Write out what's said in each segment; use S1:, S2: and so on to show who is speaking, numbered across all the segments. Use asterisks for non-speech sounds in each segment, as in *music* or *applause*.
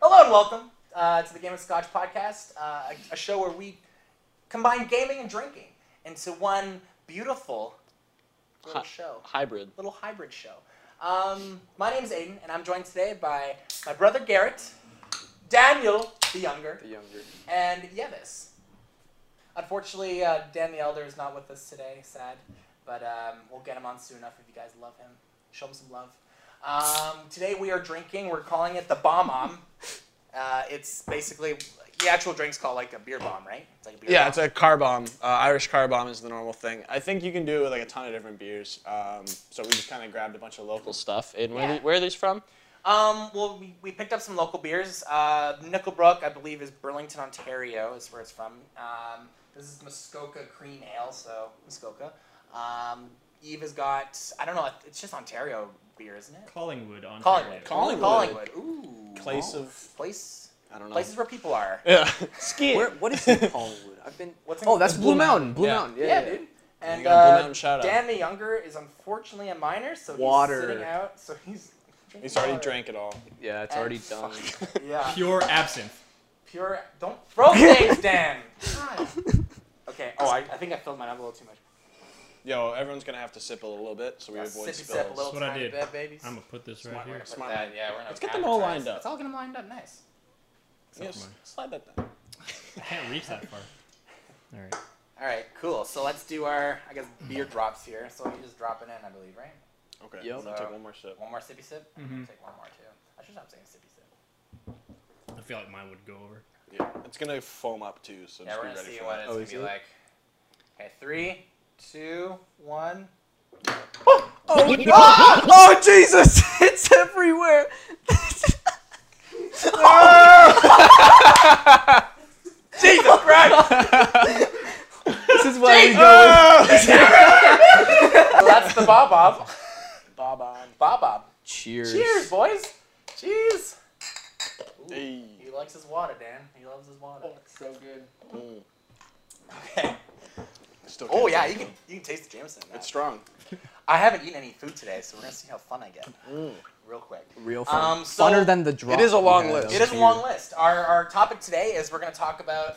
S1: welcome uh, to the Game of Scotch podcast, uh, a, a show where we combine gaming and drinking into one beautiful little
S2: Hi-
S1: show,
S2: Hybrid.
S1: little hybrid show. Um, my name's Aiden, and I'm joined today by my brother Garrett, Daniel the younger,
S3: The younger.
S1: and Yevis. Unfortunately, uh, Dan the elder is not with us today. Sad, but um, we'll get him on soon enough if you guys love him. Show him some love. Um, today we are drinking. We're calling it the bomb om. Uh, it's basically the actual drink's called like a beer bomb, right? It's like a beer
S2: Yeah,
S1: bomb.
S2: it's a car bomb. Uh, Irish car bomb is the normal thing. I think you can do it with like a ton of different beers. Um, so we just kind of grabbed a bunch of local stuff. And where,
S1: Yeah.
S2: the- where are these from?
S1: Um, well, we, we picked up some local beers. Uh, Nickelbrook, I believe, is Burlington, Ontario, is where it's from. Um, this is Muskoka Cream Ale, so Muskoka. Um, Eve has got, I don't know, it's just Ontario beer, isn't it?
S4: Collingwood, Ontario.
S1: Collingwood. Collingwood.
S2: Collingwood.
S1: Ooh.
S2: Place of
S1: Place,
S2: I don't know.
S1: places where people are.
S2: Yeah. *laughs* Ski.
S3: Where, what is
S2: *laughs*
S3: in Collingwood? I've been.
S1: What's
S3: Oh, that's Blue Mountain. Blue
S2: Yeah.
S3: Mountain.
S1: yeah,
S3: Yeah, yeah.
S1: dude. And
S2: got a Blue
S1: uh,
S2: Mountain shout out.
S1: Dan the Younger is unfortunately a minor, so
S3: Water.
S1: he's sitting out. So he's drinking
S2: He's already
S1: water.
S2: drank it all.
S3: Yeah, it's
S1: And
S3: *laughs* already done.
S1: Yeah.
S4: Pure absinthe.
S1: Pure. Don't
S2: *laughs*
S1: throw things, Dan. God. Okay. Oh, I, I think I filled mine up a little too much.
S2: Yo, everyone's gonna have to sip a little bit, so we
S1: Yeah,
S2: avoid
S1: sippy
S2: spills.
S1: sip a little
S4: That's what I
S1: tiny
S4: did.
S1: bit, babies.
S4: I'm gonna put this
S1: Smart,
S4: right
S1: we're
S4: here.
S1: gonna
S2: Smart
S1: put that-
S2: move.
S1: Yeah, we're gonna
S2: Let's get them all
S1: advertise.
S2: lined up.
S1: Let's all get them lined up. Nice.
S4: Except
S2: Yes,
S4: for mine.
S2: slide that down.
S4: I can't reach that far. *laughs* All right.
S1: All right. Cool. So let's do our, I guess, beer drops here. So you just drop it in, I believe, right?
S2: Okay.
S3: Yep.
S2: I'm gonna
S1: So-
S2: take one more sip.
S1: One more sippy sip.
S4: Mhm.
S1: Take one more too. I should stop saying sippy sip.
S4: I feel like mine would go over.
S2: Yeah. It's gonna foam up too, so
S1: yeah, we're
S2: just be
S1: gonna
S2: ready
S1: see
S2: for
S1: what
S2: that.
S1: it's
S3: Oh,
S1: gonna
S3: is
S1: be
S3: it?
S1: like. Okay, three, two, one.
S3: *laughs* Oh, ah! oh Jesus! *laughs* It's everywhere.
S1: *laughs* Jesus Christ!
S3: this is why we go.
S2: Ah!
S1: well, Oh, that's the bob bob.
S2: Bob on.
S1: *laughs* Bob bob.
S3: With... Cheers.
S2: *laughs*
S1: Cheers, boys. Cheers. Ooh.
S2: *laughs* Hey.
S1: He likes his water, Dan. He loves his water.
S3: Oh, so good.
S2: Mm.
S1: Okay.
S2: Still
S1: Oh
S2: can't
S1: yeah,
S2: take
S1: you
S2: it.
S1: can you can taste the Jameson. now.
S2: It's strong.
S1: I haven't eaten any food today, so we're gonna see how fun I get.
S2: Mm.
S1: Real quick.
S3: Real fun.
S1: Um, so
S3: Funner than the drop.
S2: is a
S3: we
S2: long
S3: had.
S2: list.
S1: it is a long list. Our our topic today is we're gonna talk about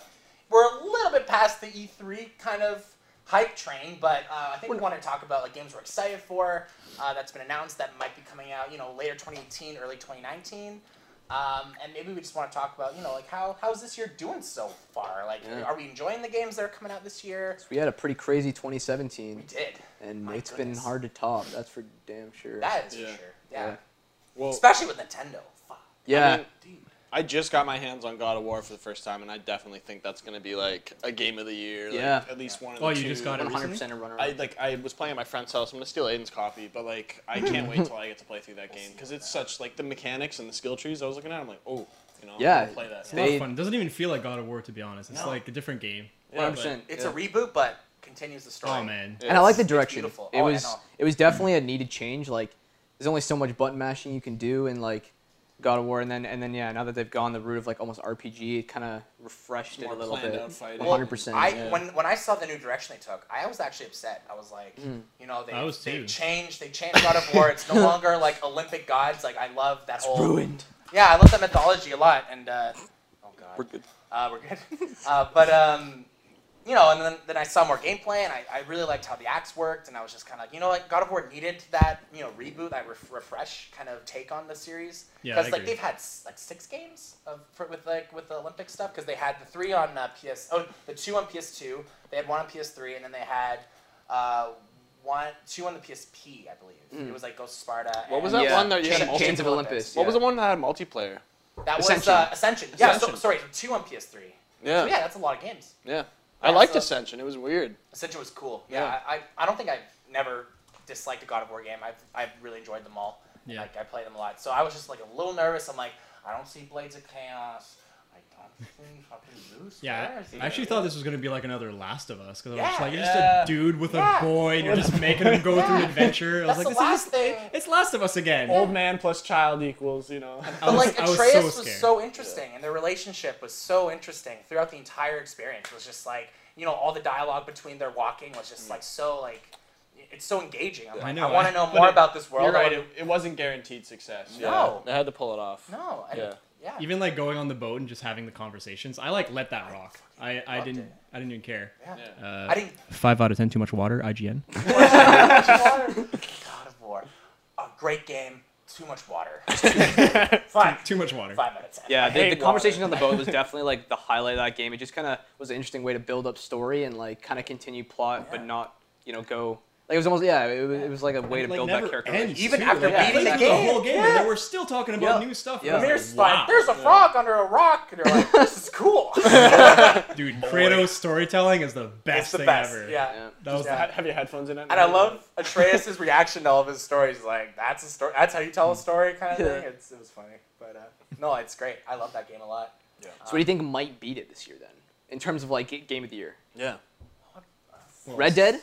S1: we're a little bit past the E3 kind of hype train, but uh, I think we want to talk about like games we're excited for uh, that's been announced that might be coming out you know later 2018, early 2019. Um, and maybe we just want to talk about you know like how how's this year doing so far? Like,
S3: Yeah.
S1: are we enjoying the games that are coming out this year?
S3: We had a pretty crazy
S1: We
S3: 2017,
S1: did.
S3: and
S1: My
S3: it's
S1: goodness.
S3: been hard to top. That's for damn sure.
S1: That is
S2: Yeah.
S1: for sure. Yeah.
S3: Yeah.
S2: Well,
S1: Especially with Nintendo. Fuck,
S3: yeah.
S2: I mean,
S1: dude.
S2: I just got my hands on God of War for the first time, and I definitely think that's gonna be like a game of the year. like,
S3: Yeah.
S2: at least one. Of
S4: Oh,
S2: the
S4: you just
S2: two.
S4: got it
S3: 100% a runner.
S2: I like. I was playing at my friend's house. I'm gonna steal Aiden's copy, but like, I can't wait till I get to play *laughs* through that game because it's such like the mechanics and the skill trees. I was looking at. I'm like, oh, you know, I'm
S3: Yeah.
S2: gonna play that.
S4: It's a lot
S3: They-
S4: of fun. It doesn't even feel like God of War to be honest. It's
S2: No.
S4: like a different game.
S2: Yeah, but-
S3: 100%.
S1: It's
S3: yeah.
S1: a reboot, but continues the story.
S4: Oh man.
S2: Yeah.
S3: and I like
S1: It's-
S3: the
S1: it's
S3: direction.
S1: beautiful.
S3: It
S1: Oh, yeah,
S3: was
S1: no.
S3: it was definitely a needed change. Like there's only so much button mashing you can do in like God of War, and then and then yeah, now that they've gone the route of like almost RPG, it kind of refreshed it
S2: More
S3: a little
S2: planned
S3: bit.
S2: out fighting.
S3: One hundred percent.
S1: I
S2: Yeah.
S1: when when I saw the new direction they took, I was actually upset. I was like, you know, they
S4: I was
S1: they
S4: too.
S1: changed they changed God of War. It's no longer like Olympic gods. Like I love that whole
S3: Ruined.
S1: yeah, I love that mythology a lot. And uh, oh god,
S2: We're good.
S1: Uh, we're good. *laughs* uh, but um, you know, and then, then I saw more gameplay, and I, I really liked how the axe worked, and I was just kind of like, you know, what God of War needed that you know reboot, that ref- refresh kind of take on the series.
S4: Yeah, I
S1: Because like
S4: agree.
S1: they've had s- like six games of for, with like with the Olympic stuff, because they had the three on uh, PS, oh the two on PS2, they had one on PS3, and then they had. Uh, one, two on the PSP, I believe. It was like Ghost of Sparta.
S2: What was
S1: and-
S2: that
S3: Yeah.
S2: one that you had?
S3: Chains-
S2: multi-
S3: Chains of Olympus.
S1: Olympus.
S2: What was the
S3: yeah.
S2: one that had multiplayer?
S1: That was
S3: Ascension.
S1: uh, Ascension. Yeah, So,
S2: Ascension.
S1: sorry, so two on PS3.
S2: Yeah,
S1: So yeah, that's a lot of games.
S2: yeah. I
S1: Yeah,
S2: liked
S1: so-
S2: Ascension. It was weird.
S1: Ascension was cool. Yeah,
S2: Yeah.
S1: I, I, I don't think I've never disliked a God of War game. I've, I've really enjoyed them all.
S4: Yeah.
S1: Like, I play them a lot. So I was just like a little nervous. I'm like, I don't see Blades of Chaos. I
S4: *laughs*
S1: don't see fucking Zeus.
S4: Yeah,
S1: Where is he?
S4: I actually thought this was gonna be like another Last of Us because I was just
S1: Yeah.
S4: like, you're
S1: Yeah.
S4: just a dude with
S1: Yeah.
S4: a boy, and you're
S1: *laughs*
S4: just making him go through an
S1: Yeah.
S4: adventure. I was
S1: That's
S4: like,
S1: the
S4: this is
S1: last
S4: *laughs*
S1: thing. Oh
S4: it's Last of Us again.
S2: Old man plus child equals, you *laughs* know.
S4: I
S1: But
S4: was,
S1: like
S4: I was
S1: Atreus
S4: so
S1: was,
S4: scared.
S1: so interesting, and their relationship was so interesting throughout the entire experience. It was just like you know all the dialogue between their walking was just like so like it's so engaging. I'm
S4: Mm. I
S1: like, I,
S4: know,
S1: want
S4: I-
S1: to know
S2: but
S1: more
S2: it-
S1: about this world.
S2: You're
S1: I
S2: right.
S1: wanna-
S2: It, it wasn't guaranteed success.
S1: No.
S2: Yeah. They had to pull it off.
S1: No, and yeah.
S2: Yeah.
S1: Yeah.
S4: Even like going on the boat and just having the conversations. I like let that rock. I, I
S1: loved
S4: didn't
S1: it.
S4: I didn't even care.
S1: yeah.
S2: *laughs* Yeah.
S4: Uh,
S1: I didn't.
S4: five out of ten. Too much water. IGN.
S1: *laughs* God of War. A great game. Too much water. Fine.
S4: *laughs* Too much water.
S1: Five out of ten.
S3: Yeah,
S1: I
S3: the,
S1: hate
S3: the
S1: water.
S3: conversation on the boat was definitely like the highlight of that game. It just kind of was an interesting way to build up story and like kind of continue plot, but
S1: Yeah.
S3: not you know go like it was almost yeah it was, it was like a way to
S4: Like,
S3: build
S4: never
S3: that character.
S4: ends,
S3: relationship.
S1: Even
S4: too.
S1: after
S4: Like, I
S1: beating
S4: played
S1: the
S4: through the whole
S1: game.
S4: game,
S1: Yeah.
S4: and then we're still talking about
S3: Yeah.
S4: new stuff.
S3: Yeah.
S4: I was
S1: And There's
S4: like,
S1: like,
S4: wow.
S1: there's a frog under a rock, and
S3: *laughs*
S1: you're like, this is cool.
S4: Dude, Kratos storytelling is the
S1: *laughs*
S4: best
S1: it's the
S4: thing
S1: best.
S4: ever.
S1: Yeah.
S3: Yeah.
S4: That was
S1: Yeah.
S2: Ha- Have your headphones in it?
S1: And I love Atreus' reaction to all of his stories. Like, that's a story. That's how you tell a story, kind of thing.
S3: Yeah.
S1: It's, it was funny, but uh, no, it's great. I love that game a lot.
S2: Yeah.
S3: So what do you think might beat it this year then in terms of like ga- game of the year?
S2: Yeah.
S4: Well,
S3: Red Dead.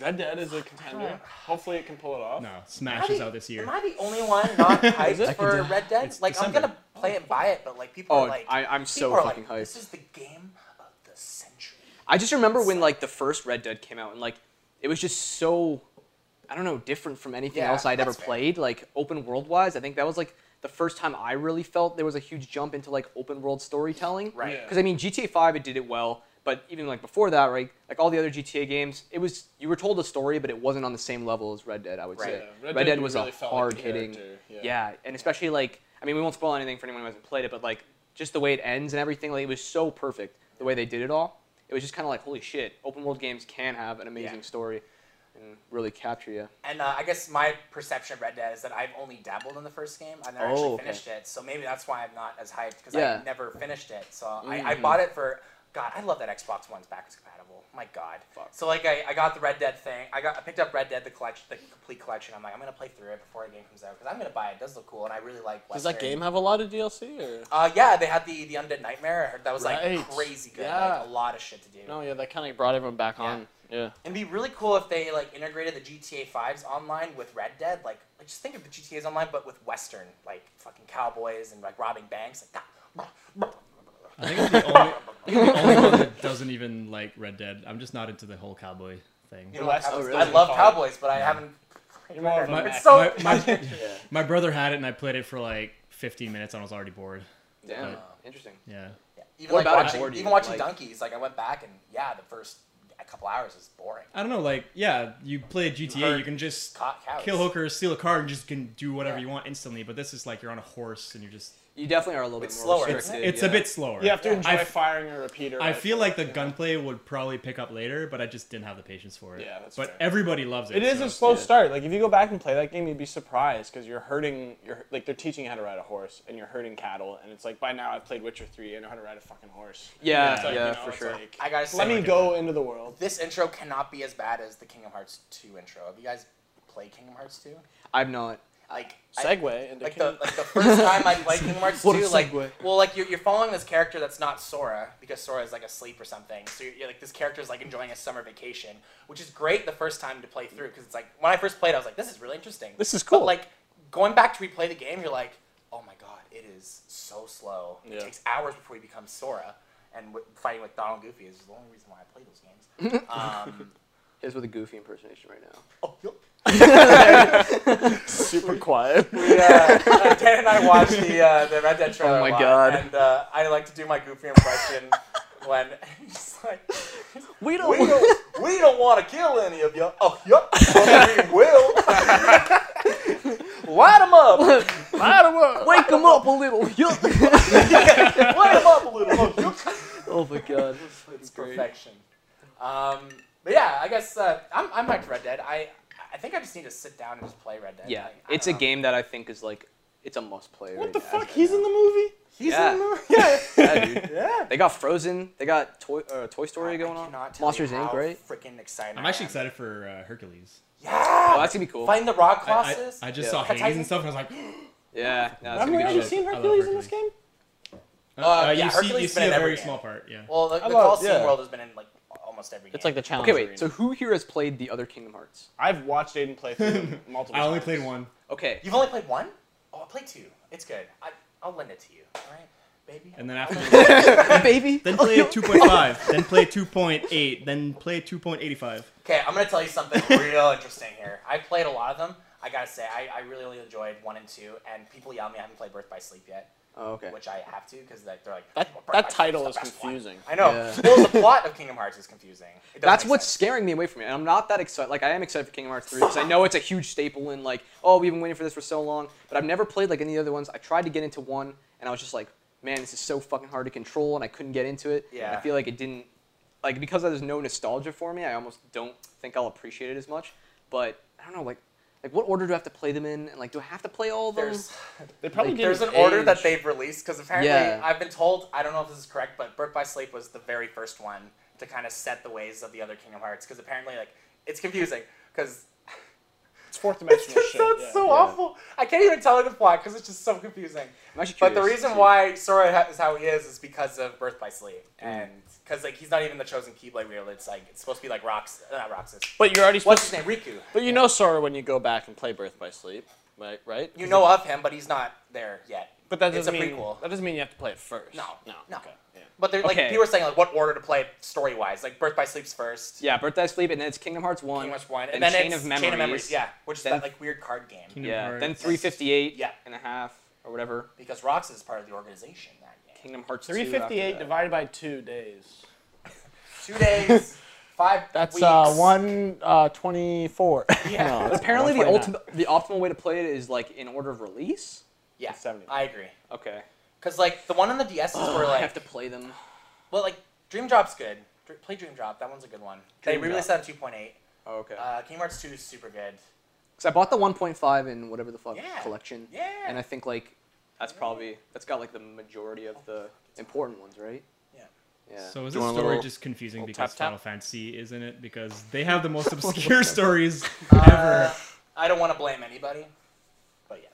S2: Red Dead is a contender. Hopefully it can pull it off.
S4: No,
S1: Am I
S4: Smash is
S1: the-
S4: out this year.
S1: Am I the only one
S3: *laughs*
S1: not hyped
S2: it?
S1: for
S4: Second-
S1: Red Dead?
S4: it's
S1: Like, I'm
S4: December.
S1: gonna play it, buy it, but like people
S3: Oh,
S1: are like,
S3: I, I'm
S1: people
S3: so
S1: are
S3: fucking
S1: like,
S3: hyped.
S1: This is the game of the century.
S3: I just remember when like the first Red Dead came out and like it was just so I don't know different from anything
S1: Yeah,
S3: else I'd ever
S1: that's fair.
S3: played like open world wise. I think that was like the first time I really felt there was a huge jump into like open world storytelling.
S1: Right.
S2: Yeah.
S3: Because I mean GTA 5 it did it well, but even like before that, right? Like all the other GTA games, it was you were told a story, but it wasn't on the same level as Red Dead. I would
S1: Right.
S3: say
S1: Yeah,
S3: Red,
S2: Red
S3: Dead,
S2: Dead you
S3: was
S2: really
S3: a
S2: felt the
S3: hard hitting.
S2: character,
S3: Yeah.
S2: yeah.
S3: and especially like I mean we won't spoil anything for anyone who hasn't played it, but like just the way it ends and everything, like it was so perfect the way they did it all. It was just kind of like holy shit, open world games can have an amazing
S1: Yeah.
S3: story and really capture you.
S1: And uh, I guess my perception of Red Dead is that I've only dabbled in the first game. I never
S3: Oh,
S1: actually
S3: okay.
S1: finished it, so maybe that's why I'm not as hyped because
S3: Yeah. Mm.
S1: I never finished it. So I, I bought it for God. I love that Xbox One's backwards compatible. My God. So like I, I got the Red Dead thing. I got I picked up Red Dead the collection, the complete collection. I'm like I'm gonna play through it before the game comes out because I'm gonna buy it. It does look cool, and I really like.
S2: Does that
S1: Western.
S2: game have a lot of DLC or?
S1: Uh, yeah, they had the the Undead Nightmare. I heard that was
S2: Right.
S1: like crazy good.
S2: Yeah.
S1: Like a lot of shit to do.
S2: No, yeah, that kind of brought everyone back on. Yeah.
S1: It'd be really cool if they like integrated the GTA 5's online with Red Dead. Like, like just think of the GTA's online, but with Western, like fucking cowboys and like robbing banks, like that.
S4: I think it's the only,
S1: *laughs*
S4: the only one that doesn't even like Red Dead. I'm just not into the whole cowboy thing.
S1: You know, like,
S2: West-
S1: cowboys-
S2: oh, really?
S1: I love cowboys, but I haven't.
S2: You're more of a
S1: it's
S2: Mac.
S1: so.
S4: my,
S1: *laughs*
S4: my, my brother had it and I played it for like 15 minutes and I was already bored.
S3: Damn,
S4: Yeah.
S3: interesting.
S4: Yeah.
S1: Yeah, even
S3: What
S1: like
S3: about it
S1: watching,
S3: bored you?
S1: even watching
S3: Like-
S1: donkeys. Like I went back and yeah, the first a couple hours is boring.
S4: I don't know, like, yeah, you play GTA,
S1: Herd
S4: you can just
S1: Caught cows.
S4: kill hookers, steal a car, and just can do whatever
S1: Yeah.
S4: you want instantly. But this is like you're on a horse and you're just.
S3: You definitely are a little
S1: It's
S3: bit more
S1: slower, isn't it?
S3: restricted.
S4: It's a
S3: yeah.
S4: bit slower.
S2: You have to
S1: Yeah.
S2: enjoy
S4: I f-
S2: firing a repeater.
S4: I feel like the
S2: Yeah.
S4: gunplay would probably pick up later, but I just didn't have the patience for it.
S2: Yeah, that's
S4: but
S2: fair.
S4: everybody loves it.
S2: It is
S4: so-
S2: a slow start. Like if you go back and play that game, you'd be surprised because you're herding. You're like they're teaching you how to ride a horse, and you're herding cattle. And it's like by now I've played Witcher three. I know how to ride a fucking horse.
S3: Yeah,
S2: It's like,
S3: yeah,
S2: you know,
S3: for
S2: it's
S3: sure.
S2: like,
S1: I gotta say,
S2: let me
S1: like,
S2: go into the world.
S1: this intro cannot be as bad as the Kingdom Hearts 2 intro. Have you guys played Kingdom Hearts 2?
S3: I'm not.
S1: Like, I-
S2: Segue into
S1: like
S2: Kingdom-
S1: the like the first time I played Kingdom Hearts
S3: What a
S1: 2, like
S3: segue.
S1: well, like you're, you're following this character that's not Sora because Sora is like asleep or something. So you're, you're like this character is like enjoying a summer vacation, which is great the first time to play through because it's like when I first played, I was like, this is really interesting.
S2: This is
S1: But,
S2: cool.
S1: like going back to replay the game, you're like, oh my god, it is so slow. It
S2: Yeah.
S1: takes hours before you become Sora. And w- fighting with Donald Goofy is the only reason why I play those games. Um,
S3: Here's with a goofy impersonation right now.
S1: oh, yup.
S3: *laughs*
S2: *laughs* super quiet.
S1: Yeah, uh, *laughs*
S2: *laughs*
S1: Dan and I watch the uh, the Red Dead trailer.
S3: Oh my
S1: a lot,
S3: God.
S1: And uh, I like to do my goofy *laughs* impression when he's like, *laughs*
S3: We don't.
S1: "We don't, we don't want to kill any of you." Oh, *laughs* yep, but we *laughs* will. Light them up. *laughs*
S2: uh,
S3: Wake him up a little. *laughs*
S1: Light them up a little. Oh, yup.
S3: oh my god.
S1: It's perfection. Um, but yeah, I guess uh, I'm I'm hyped for Red Dead. I I think I just need to sit down and just play Red Dead.
S3: Yeah,
S1: Like, I don't
S3: it's a
S1: know.
S3: game that I think is like, it's a must play.
S2: *laughs* What the fuck? He's in the movie.
S1: He's
S3: Yeah.
S1: in
S4: *laughs*
S1: the yeah.
S3: Yeah, dude.
S1: Yeah.
S3: They got Frozen. They got Toy uh, Toy Story
S1: I
S3: going on.
S1: cannot tell
S3: Monsters
S1: you
S3: Inc.
S1: how
S3: Right?
S1: Freaking excited!
S4: I'm
S1: I
S4: actually
S1: am.
S4: excited for uh, Hercules.
S1: Yeah.
S3: Oh, that's gonna be cool.
S1: Find the rock
S4: I- I,
S1: classes.
S4: I just
S3: Yeah.
S4: saw
S1: Attack
S4: Hades
S1: on-
S4: and stuff, and I was like, *gasps*
S3: Yeah. No, it's
S2: Have
S3: gonna
S2: we
S3: be
S2: already
S3: good.
S4: good.
S2: seen
S4: I love
S2: Hercules in this
S4: Hercules.
S2: game?
S1: Uh, yeah,
S4: you see, you
S1: Hercules
S4: see
S1: been in
S4: a
S1: every
S4: very
S1: game.
S4: small part. Yeah.
S1: well, the, the
S2: love-
S1: Coliseum
S2: yeah.
S1: world has been in like almost every game.
S2: It's like the challenge.
S3: Okay, wait. So who here has played the other Kingdom Hearts?
S2: I've watched Aiden play through
S4: *laughs*
S2: them multiple.
S4: I only
S2: times.
S4: played one.
S2: *laughs*
S3: Okay.
S1: you've only played one. Oh, I played two. It's good. I, I'll lend it to you. All right, baby.
S4: And then after,
S3: Baby.
S4: then
S2: Oh,
S4: play
S3: *laughs*
S4: 2.5, then play 2.8, then play 2.85.
S1: Okay, I'm gonna tell you something *laughs* real interesting here. I played a lot of them. I gotta say, I, I really, really enjoyed one and two. And people yell at me I haven't played Birth by Sleep yet.
S3: Oh, okay.
S1: which I have to because like, they're like
S2: That-
S1: "Well,
S2: that
S1: Breath of the Wild
S2: title
S1: the
S2: is
S1: best one."
S2: confusing.
S1: I know.
S3: Yeah.
S1: Well, the plot of Kingdom Hearts is confusing. It doesn't
S3: That's
S1: make
S3: what's
S1: sense.
S3: scaring me away from it, and I'm not that excited. Like I am excited for Kingdom Hearts 3 because I know it's a huge staple in like, oh, we've been waiting for this for so long. But I've never played like any of the other ones. I tried to get into one, and I was just like, man, this is so fucking hard to control, and I couldn't get into it.
S1: Yeah.
S3: I feel like it didn't, like because there's no nostalgia for me, I almost don't think I'll appreciate it as much. But I don't know, like, like what order do I have to play them in, and like, do I have to play all of them?
S1: There's
S2: They probably
S1: there's an
S2: didn't
S1: order that
S2: age.
S1: they've released because apparently
S3: Yeah.
S1: I've been told I don't know if this is correct, but Birth by Sleep was the very first one to kind of set the ways of the other Kingdom Hearts because apparently like it's confusing because
S2: It's fourth
S1: it
S2: dimensional
S1: just
S2: shit.
S1: sounds
S2: yeah.
S1: so
S3: yeah.
S1: awful. I can't even tell you the plot because it's just so confusing.
S3: I'm actually
S1: But the
S3: curious to
S1: reason
S3: see.
S1: why Sora ha- is how he is is because of Birth by Sleep, and because like he's not even the chosen Keyblade wielder. It's like it's supposed to be like Rox, uh, not Roxas.
S2: But you're already supposed
S1: What's his name? Riku.
S2: But you know Sora when you go back and play Birth by Sleep, right? Right?
S1: You know of him, but he's not there yet.
S2: But that
S1: it's
S2: doesn't
S1: a
S2: mean
S1: prequel.
S2: that doesn't mean you have to play it first.
S1: No,
S2: No.
S1: no.
S2: Okay. Yeah.
S1: But they're, like
S3: Okay.
S1: you were saying, like what order to play story wise? Like Birth by Sleep's first,
S3: Yeah, Birth by Sleep, and then it's Kingdom Hearts One,
S1: Kingdom Hearts one,
S3: then
S1: and then
S3: Chain
S1: it's
S3: of Memories,
S1: Chain of Memories, yeah, which is
S3: Then-
S1: that like weird card game
S4: Kingdom
S3: yeah,
S4: Hearts.
S3: then 358
S1: Yeah.
S3: and a half or whatever.
S1: because Rox is part of the organization that game.
S3: Kingdom Hearts 2 after
S2: 358
S1: *laughs*
S3: that.
S2: divided by two days.
S1: Two
S3: *laughs*
S1: days, five.
S2: That's
S1: weeks.
S2: uh, one uh, *laughs* 24.
S1: Yeah.
S2: No,
S1: But
S2: that's
S3: But apparently, the
S2: 129.
S3: ultimate, the optimal way to play it is like in order of release.
S1: Yeah,
S2: 70.
S1: I agree.
S3: Okay.
S1: Because like the one on the DS is where
S3: Oh, I
S1: like
S3: have to play them.
S1: well like Dream Drop's good. Dr- play Dream Drop. That one's a good one. they
S3: Dream
S1: released
S3: Drop.
S1: that in 2.8.
S3: Oh, okay.
S1: Uh, Kingdom Hearts 2 is super good.
S3: Because I bought the 1.5 in whatever the fuck
S1: Yeah.
S3: collection.
S1: Yeah.
S3: And I think like that's probably that's got like the majority of the important ones, right?
S1: Yeah.
S3: Yeah.
S4: So is
S2: Do you
S4: this
S2: want a
S4: story
S2: little-
S4: just confusing
S2: little
S4: because
S2: tap-tap?
S4: Final Fantasy is in it? Because they have the most obscure stories
S1: Uh,
S4: ever.
S1: I don't want to blame anybody, but yes.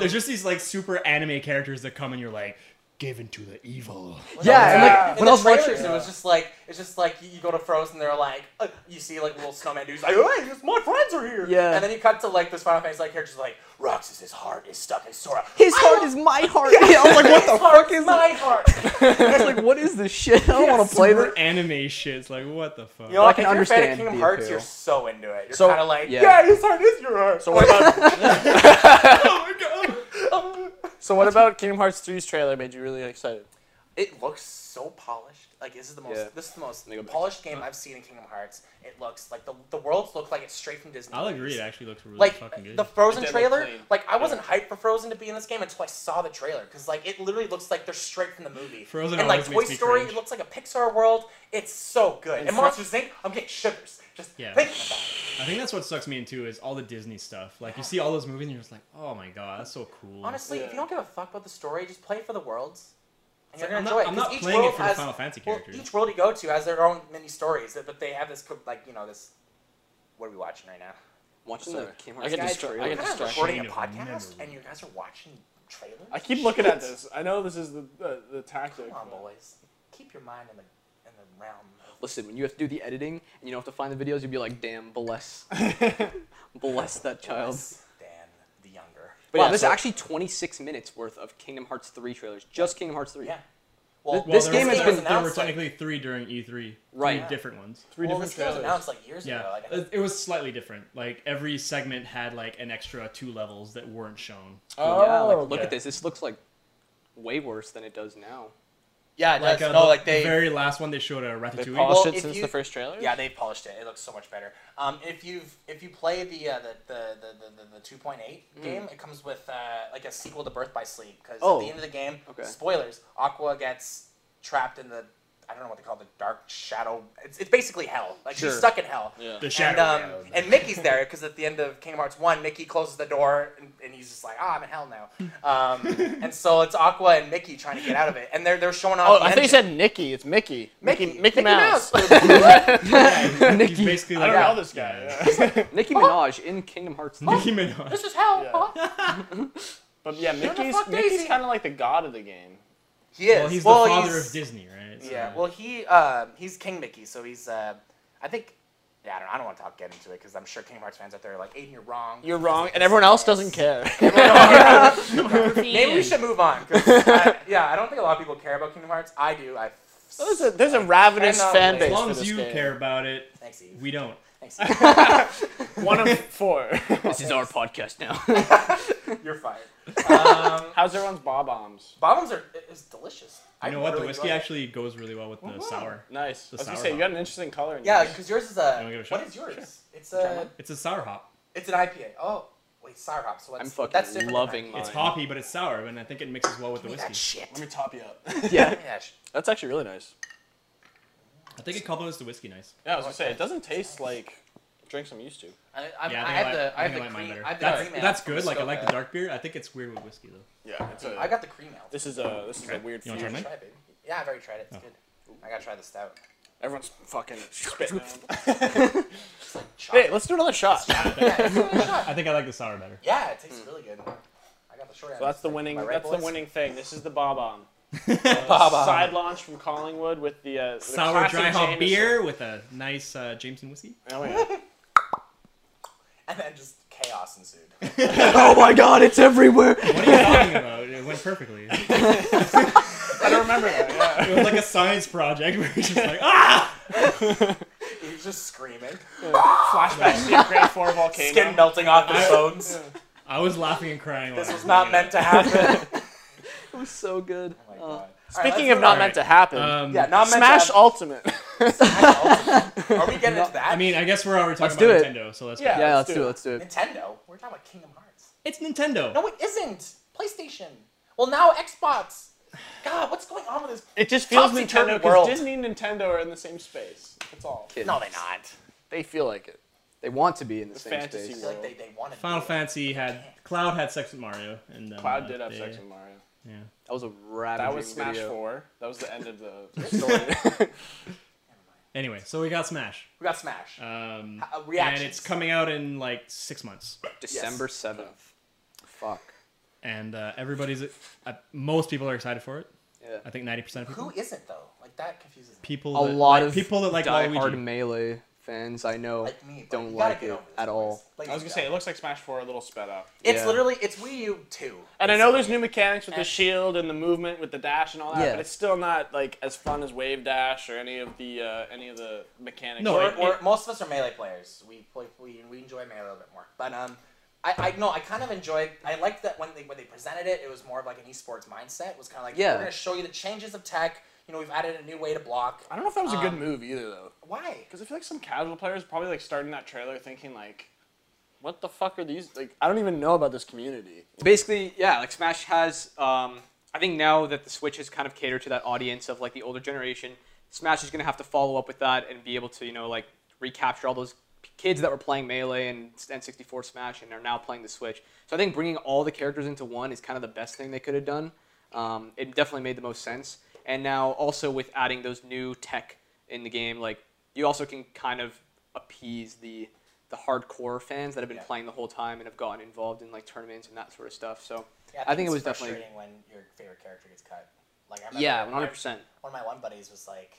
S4: There's just these like super anime characters that come and you're like, given to the evil.
S3: Yeah, and, like,
S1: Yeah.
S3: when
S1: In
S3: I
S1: the
S3: was watching-
S1: trailers, it was just like it's just like you you go to Frozen, they're like uh, you see like little snowman dudes like, hey, it's my friends are here.
S3: Yeah.
S1: And then you cut to like this Final Fantasy like character's like Roxas's heart is stuck in Sora.
S3: His
S1: I
S3: heart
S1: don't-
S3: is my
S1: *laughs*
S3: heart. Yeah, I was like, what
S1: His
S3: the
S1: heart
S3: fuck is
S1: my heart?
S3: I was like, what is this shit? I don't want to play
S4: super
S3: this.
S4: anime shit. It's like, what the fuck?
S1: You know,
S3: I
S1: like,
S3: can
S1: if you're a fan of
S3: understand
S1: Kingdom
S3: the
S1: Hearts,
S3: appeal.
S1: you're so into it. You're
S2: So-
S1: kind of like,
S3: yeah.
S1: yeah. his heart is your
S4: *laughs*
S1: heart.
S2: So what
S1: *laughs*
S2: about
S1: oh my god.
S2: so what about Kingdom Hearts 3's trailer made you really excited?
S1: It looks so polished. Like this is the most
S3: Yeah.
S1: this is the most
S3: Let me go back.
S1: polished game I've seen in Kingdom Hearts. It looks like the the worlds look like it's straight from Disney.
S4: I'll
S1: movies.
S4: agree. It actually looks really fucking
S1: Like
S4: good.
S1: the Frozen
S2: It did look
S1: trailer,
S2: clean.
S1: like I wasn't hyped for Frozen to be in this game until I saw the trailer because like it literally looks like they're straight from the movie.
S4: Frozen
S1: and like
S4: always
S1: Toy
S4: makes me
S1: Story,
S4: cringe.
S1: it looks like a Pixar world. It's so good. And,
S2: Fro-
S1: Monsters Inc. I'm getting shivers just
S4: Yeah.
S1: thinking about it.
S4: I think that's what sucks me in too is all the Disney stuff. Like you see all those movies and you're just like, oh my god, that's so cool.
S1: Honestly, if
S2: Yeah.
S1: you don't give a fuck about the story, just play for the worlds. And you're
S4: I'm
S1: gonna enjoy
S4: not-
S1: it.
S4: I'm
S1: 'cause
S4: not
S1: each
S4: playing it
S1: world
S4: for the
S1: has-
S4: Final Fantasy
S1: well,
S4: characters.
S1: each world you go to has their own mini stories, but they have this co- like you know this. What are we watching right now?
S3: Watching
S2: Sorry.
S3: the Kingdom Hearts
S2: I get
S1: Guys,
S2: distra-
S1: we're
S2: I get
S1: kind of
S2: distracted.
S1: recording a
S4: Chain of
S1: podcast,
S4: memory.
S1: and you guys are watching trailers.
S2: I keep looking at this. I know this is the the, the tactic.
S1: Come on,
S2: but-
S1: boys. Keep your mind in the in the realm. of-
S3: Listen, when you have to do the editing and you don't have to find the videos, you'd be like, damn,
S2: *laughs*
S3: bless. bless that child.
S1: Less than the younger.
S3: But
S2: Wow,
S3: yeah, there's
S2: so-
S3: actually 26 minutes worth of Kingdom Hearts 3 trailers. Just Kingdom Hearts 3.
S1: Yeah. Well,
S3: This
S4: there
S3: game
S4: was-
S3: has
S4: there,
S3: been
S4: there were
S1: announced, like-
S4: technically three during E3. Three
S3: Right.
S4: different ones.
S2: Three
S1: well,
S2: different
S1: this game was
S2: trailers.
S1: announced like years
S4: Yeah,
S1: ago. Like, I
S4: it,
S1: think-
S4: it was slightly different. Like every segment had like an extra two levels that weren't shown.
S2: Oh,
S3: yeah, like, look
S2: okay.
S3: at this. This looks like way worse than it does now.
S1: yeah, it
S4: Like
S1: does.
S4: uh,
S1: no,
S4: the,
S1: like
S4: the
S1: they.
S4: very last one they showed a
S2: They
S4: Ratatouille.
S2: polished
S1: Well,
S2: it
S1: if
S2: since
S1: you-
S2: the first trailer.
S1: yeah, they polished it. It looks so much better. Um, if you've if you play the uh, the, the, the, the, the two point eight game, it comes with uh, like a sequel to Birth by Sleep. Because
S3: Mm. Oh.
S1: at the end of the game,
S3: Okay.
S1: spoilers, Aqua gets trapped in the I don't know what they call the dark shadow. It's, it's basically hell. Like
S3: Sure.
S1: she's stuck in hell.
S2: Yeah.
S4: the
S1: and,
S4: shadow.
S1: um,
S4: Realm.
S1: and Mickey's there because at the end of Kingdom Hearts One, Mickey closes the door and, and he's just like, "Ah, I'm in hell now."
S4: *laughs*
S1: Um, and so it's Aqua and Mickey trying to get out of it, and they're they're showing off.
S2: Oh,
S1: the
S2: I thought you
S1: engine.
S2: said Nicky. It's Mickey. Mickey. Mickey, Mouse. *laughs*
S4: *laughs* He's
S3: Nicky-
S4: basically
S2: I
S4: like
S2: don't
S1: Yeah.
S2: know this
S1: *laughs*
S2: guy.
S3: Nicki Minaj in Kingdom Hearts 3.
S4: Nicki Minaj.
S1: Oh, this is hell.
S2: *laughs* Yeah.
S1: huh?
S2: *laughs* But yeah,
S1: the
S2: Mickey's
S1: fuck
S2: Mickey's
S1: Daisy?
S2: kind of like the god of the game.
S1: *laughs* He is.
S4: Well, he's the father
S1: he's-
S4: of Disney, right? So-
S1: Yeah. Well, he uh, he's King Mickey, so he's uh, I think. Yeah, I don't. I don't want to talk get into it because I'm sure Kingdom Hearts fans out there are like, Aiden, you're wrong.
S2: You're wrong, and everyone else
S1: *laughs*
S2: doesn't care.
S3: *laughs*
S2: *laughs*
S1: Maybe we should move on. 'cause I, yeah, I don't think a lot of people care about Kingdom Hearts. I do. I.
S2: there's a there's a ravenous
S1: Cannot
S2: fan
S1: wait.
S2: base
S4: as long
S2: for
S4: as
S2: this
S4: you
S2: game.
S4: care about it,
S1: Thanks, Eve.
S4: we don't.
S1: Thanks.
S3: *laughs*
S1: Ethan.
S5: One
S2: *laughs*
S5: of four.
S3: This is our podcast now.
S1: *laughs* You're fired. Um, *laughs*
S2: How's everyone's bob bombs?
S1: Bob-ombs are is delicious.
S4: You know what? The
S1: really
S4: whiskey
S1: enjoy it.
S4: actually goes really well with the sour.
S2: Nice. I
S4: The
S2: was gonna
S4: sour
S2: say you
S4: bomb.
S2: got an interesting color. In
S1: Yeah,
S2: yours.
S1: because yours is
S4: You wanna
S1: a.
S4: give it a
S1: What
S4: shot?
S1: is yours?
S4: Sure.
S1: It's a.
S4: It's a sour hop.
S1: It's an IPA. Oh wait, sour hop. So what's,
S3: I'm fucking
S1: that's different than
S3: loving
S1: mine.
S3: mine.
S4: It's hoppy, but it's sour, and I think it mixes well with the
S1: Give me that
S4: whiskey.
S1: shit.
S2: Let me top you up.
S3: yeah.
S1: *laughs* Yeah, sh-
S2: That's actually really nice.
S4: I think it complements the whiskey nice.
S2: Yeah, I was gonna say it doesn't taste like drinks I'm used to.
S1: I, I'm, I,
S4: Yeah, I think
S1: have
S4: like-
S1: the I have
S4: think
S1: the
S4: like mine
S1: cream.
S4: better.
S1: I have the
S4: that's,
S1: cream ale
S4: that's
S1: from
S4: good. Like I like the
S1: Muskoka.
S4: dark beer. I think it's weird with whiskey though.
S2: Yeah, it's a.
S1: I got the cream ale.
S2: This is a this is a weird.
S4: You wanna try
S2: fusion.
S4: mine?
S1: Try, it, baby. Yeah, I've already tried it. It's
S4: Oh.
S1: good. I gotta try the stout.
S2: Everyone's fucking spitting.
S1: Chocolate.
S2: hey, let's do another *laughs* shot.
S1: *laughs*
S2: So
S1: yeah, it's a good
S4: *laughs*
S1: shot.
S4: I think I like the sour better.
S1: Yeah, it tastes really good. I got the short end.
S2: that's the winning.
S1: Am I right,
S2: that's
S1: boys?
S2: the winning thing. This is the bob *laughs* bomb.
S1: Bob on.
S2: Side launch from Collingwood with the, uh, the
S4: Sour
S2: classic
S4: dry hop
S2: Jameson.
S4: beer with a nice uh, Jameson
S1: *laughs*
S4: whiskey.
S2: Oh yeah.
S1: And then just chaos ensued.
S3: *laughs*
S1: *laughs*
S3: oh my god, it's everywhere.
S4: What are you talking about? It went
S1: *laughs*
S4: perfectly. It
S2: I don't remember that. Yeah.
S4: was like a science project where you're just like, ah!
S1: He was just screaming,
S2: Flashback to Grand Four volcano.
S1: skin melting off his bones.
S4: I was laughing and crying.
S1: This was not meant to happen.
S3: It was so good.
S1: Oh my
S3: Oh.
S1: God.
S2: Speaking
S1: All right, let's
S2: of not
S1: move
S2: meant to happen,
S4: Um,
S1: on. yeah, not meant
S2: Smash
S1: to
S2: Ultimate.
S1: happen. *laughs* Are we getting into that?
S4: I mean, I guess we're already talking
S3: Let's do
S4: about
S3: it.
S4: Nintendo, so let's
S2: Yeah.
S4: go.
S3: Yeah, let's
S2: let's do
S3: do
S2: it.
S3: it. Let's do it.
S1: Nintendo. We're talking about Kingdom Hearts.
S4: It's Nintendo.
S1: No, it isn't. PlayStation. Well, now Xbox. God, what's going on with this? *laughs*
S2: It just feels
S1: Topsy-turvy
S2: Nintendo
S1: world.
S2: because Disney and Nintendo are in the same space. That's all.
S3: Kidding.
S1: No, they're not.
S2: They feel like it.
S3: They want to be in the, same
S2: fantasy
S3: space.
S1: I feel like they, they wanted.
S4: Final
S1: to.
S4: Fantasy had Cloud had sex with Mario, and um,
S2: Cloud
S4: uh,
S2: did have
S4: they-
S2: sex with Mario.
S4: Yeah.
S3: That was a ravaging
S2: That was Smash
S3: video.
S2: 4. That was the end of
S1: *laughs*
S2: the story.
S4: Anyway, so we got Smash,
S1: We got Smash.
S4: um,
S1: Uh,
S4: and
S1: reactions.
S4: it's coming out in like six months,
S3: December seventh. Fuck.
S4: and uh, everybody's uh, most people are excited for it.
S3: Yeah.
S4: I think ninety percent of people.
S1: Who isn't though? Like that confuses me.
S4: people
S3: A
S4: that
S3: lot
S4: like-
S3: of
S4: people that like
S3: diehard
S4: Waluigi.
S3: melee fans I know
S1: Like me. but
S3: don't
S1: you gotta
S3: like
S1: get
S3: it
S1: over this,
S3: at
S1: boys.
S3: all.
S1: Like,
S2: *laughs* I was gonna say it looks like Smash 4 a little sped up.
S1: It's
S3: Yeah.
S1: literally it's Wii U two.
S2: And I know there's new mechanics with the
S1: And-
S2: shield and the movement with the dash and all that,
S3: Yeah.
S2: but it's still not like as fun as wave dash or any of the uh, any of the mechanics.
S4: No,
S1: Or,
S2: like,
S1: or most of us are melee players. We play we, we enjoy melee a little bit more. But um, I I know I kind of enjoyed. I liked that when they when they presented it, it was more of like an esports mindset. It was kind of like
S3: Yeah.
S1: we're gonna show you the changes of tech. You know, we've added a new way to block.
S2: I don't know if that was a good
S4: Uh,
S1: Um,
S2: move either though,
S1: Why?
S2: because I feel like some casual players probably like starting that trailer thinking like, "What the fuck are these? Like, I don't even know about this community."
S3: basically, yeah, like Smash has. Um, I think now that the Switch has kind of catered to that audience of like the older generation, Smash is going to have to follow up with that and be able to you know like recapture all those p- kids that were playing Melee and N64 Smash and are now playing the Switch. So I think bringing all the characters into one is kind of the best thing they could have done. Um, it definitely made the most sense. And now also with adding those new tech in the game, like you also can kind of appease the the hardcore fans that have been
S1: Yeah.
S3: playing the whole time and have gotten involved in like tournaments and that sort of stuff. So
S1: Yeah,
S3: I think it
S1: it's
S3: was definitely-
S1: frustrating when your favorite character gets cut. Like I remember
S3: yeah,
S1: my-
S3: 100. percent
S1: One of my one buddies was like,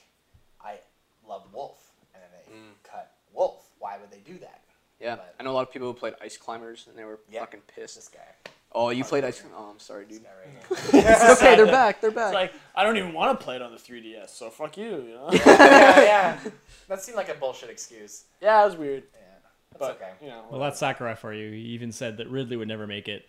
S1: I love Wolf, and then they cut Wolf. Why would they do that?
S3: Yeah,
S1: But-
S3: I know a lot of people who played Ice Climbers and they were
S1: Yeah.
S3: fucking pissed.
S1: This guy,
S3: Oh, you played Ice? Clim- Oh, I'm sorry,
S1: this *laughs*
S3: dude.
S1: guy right here.
S3: *laughs* It's okay, they're back. They're
S2: It's
S3: back.
S2: like I don't even want to play it on the 3DS, so fuck you. You
S1: *laughs*
S3: *laughs*
S2: know?
S1: yeah, yeah. That seemed like a bullshit excuse.
S2: yeah, it was weird,
S1: Yeah, that's
S2: but
S1: okay.
S2: you know.
S4: Well, that's Sakurai for you. He even said that Ridley would never make it.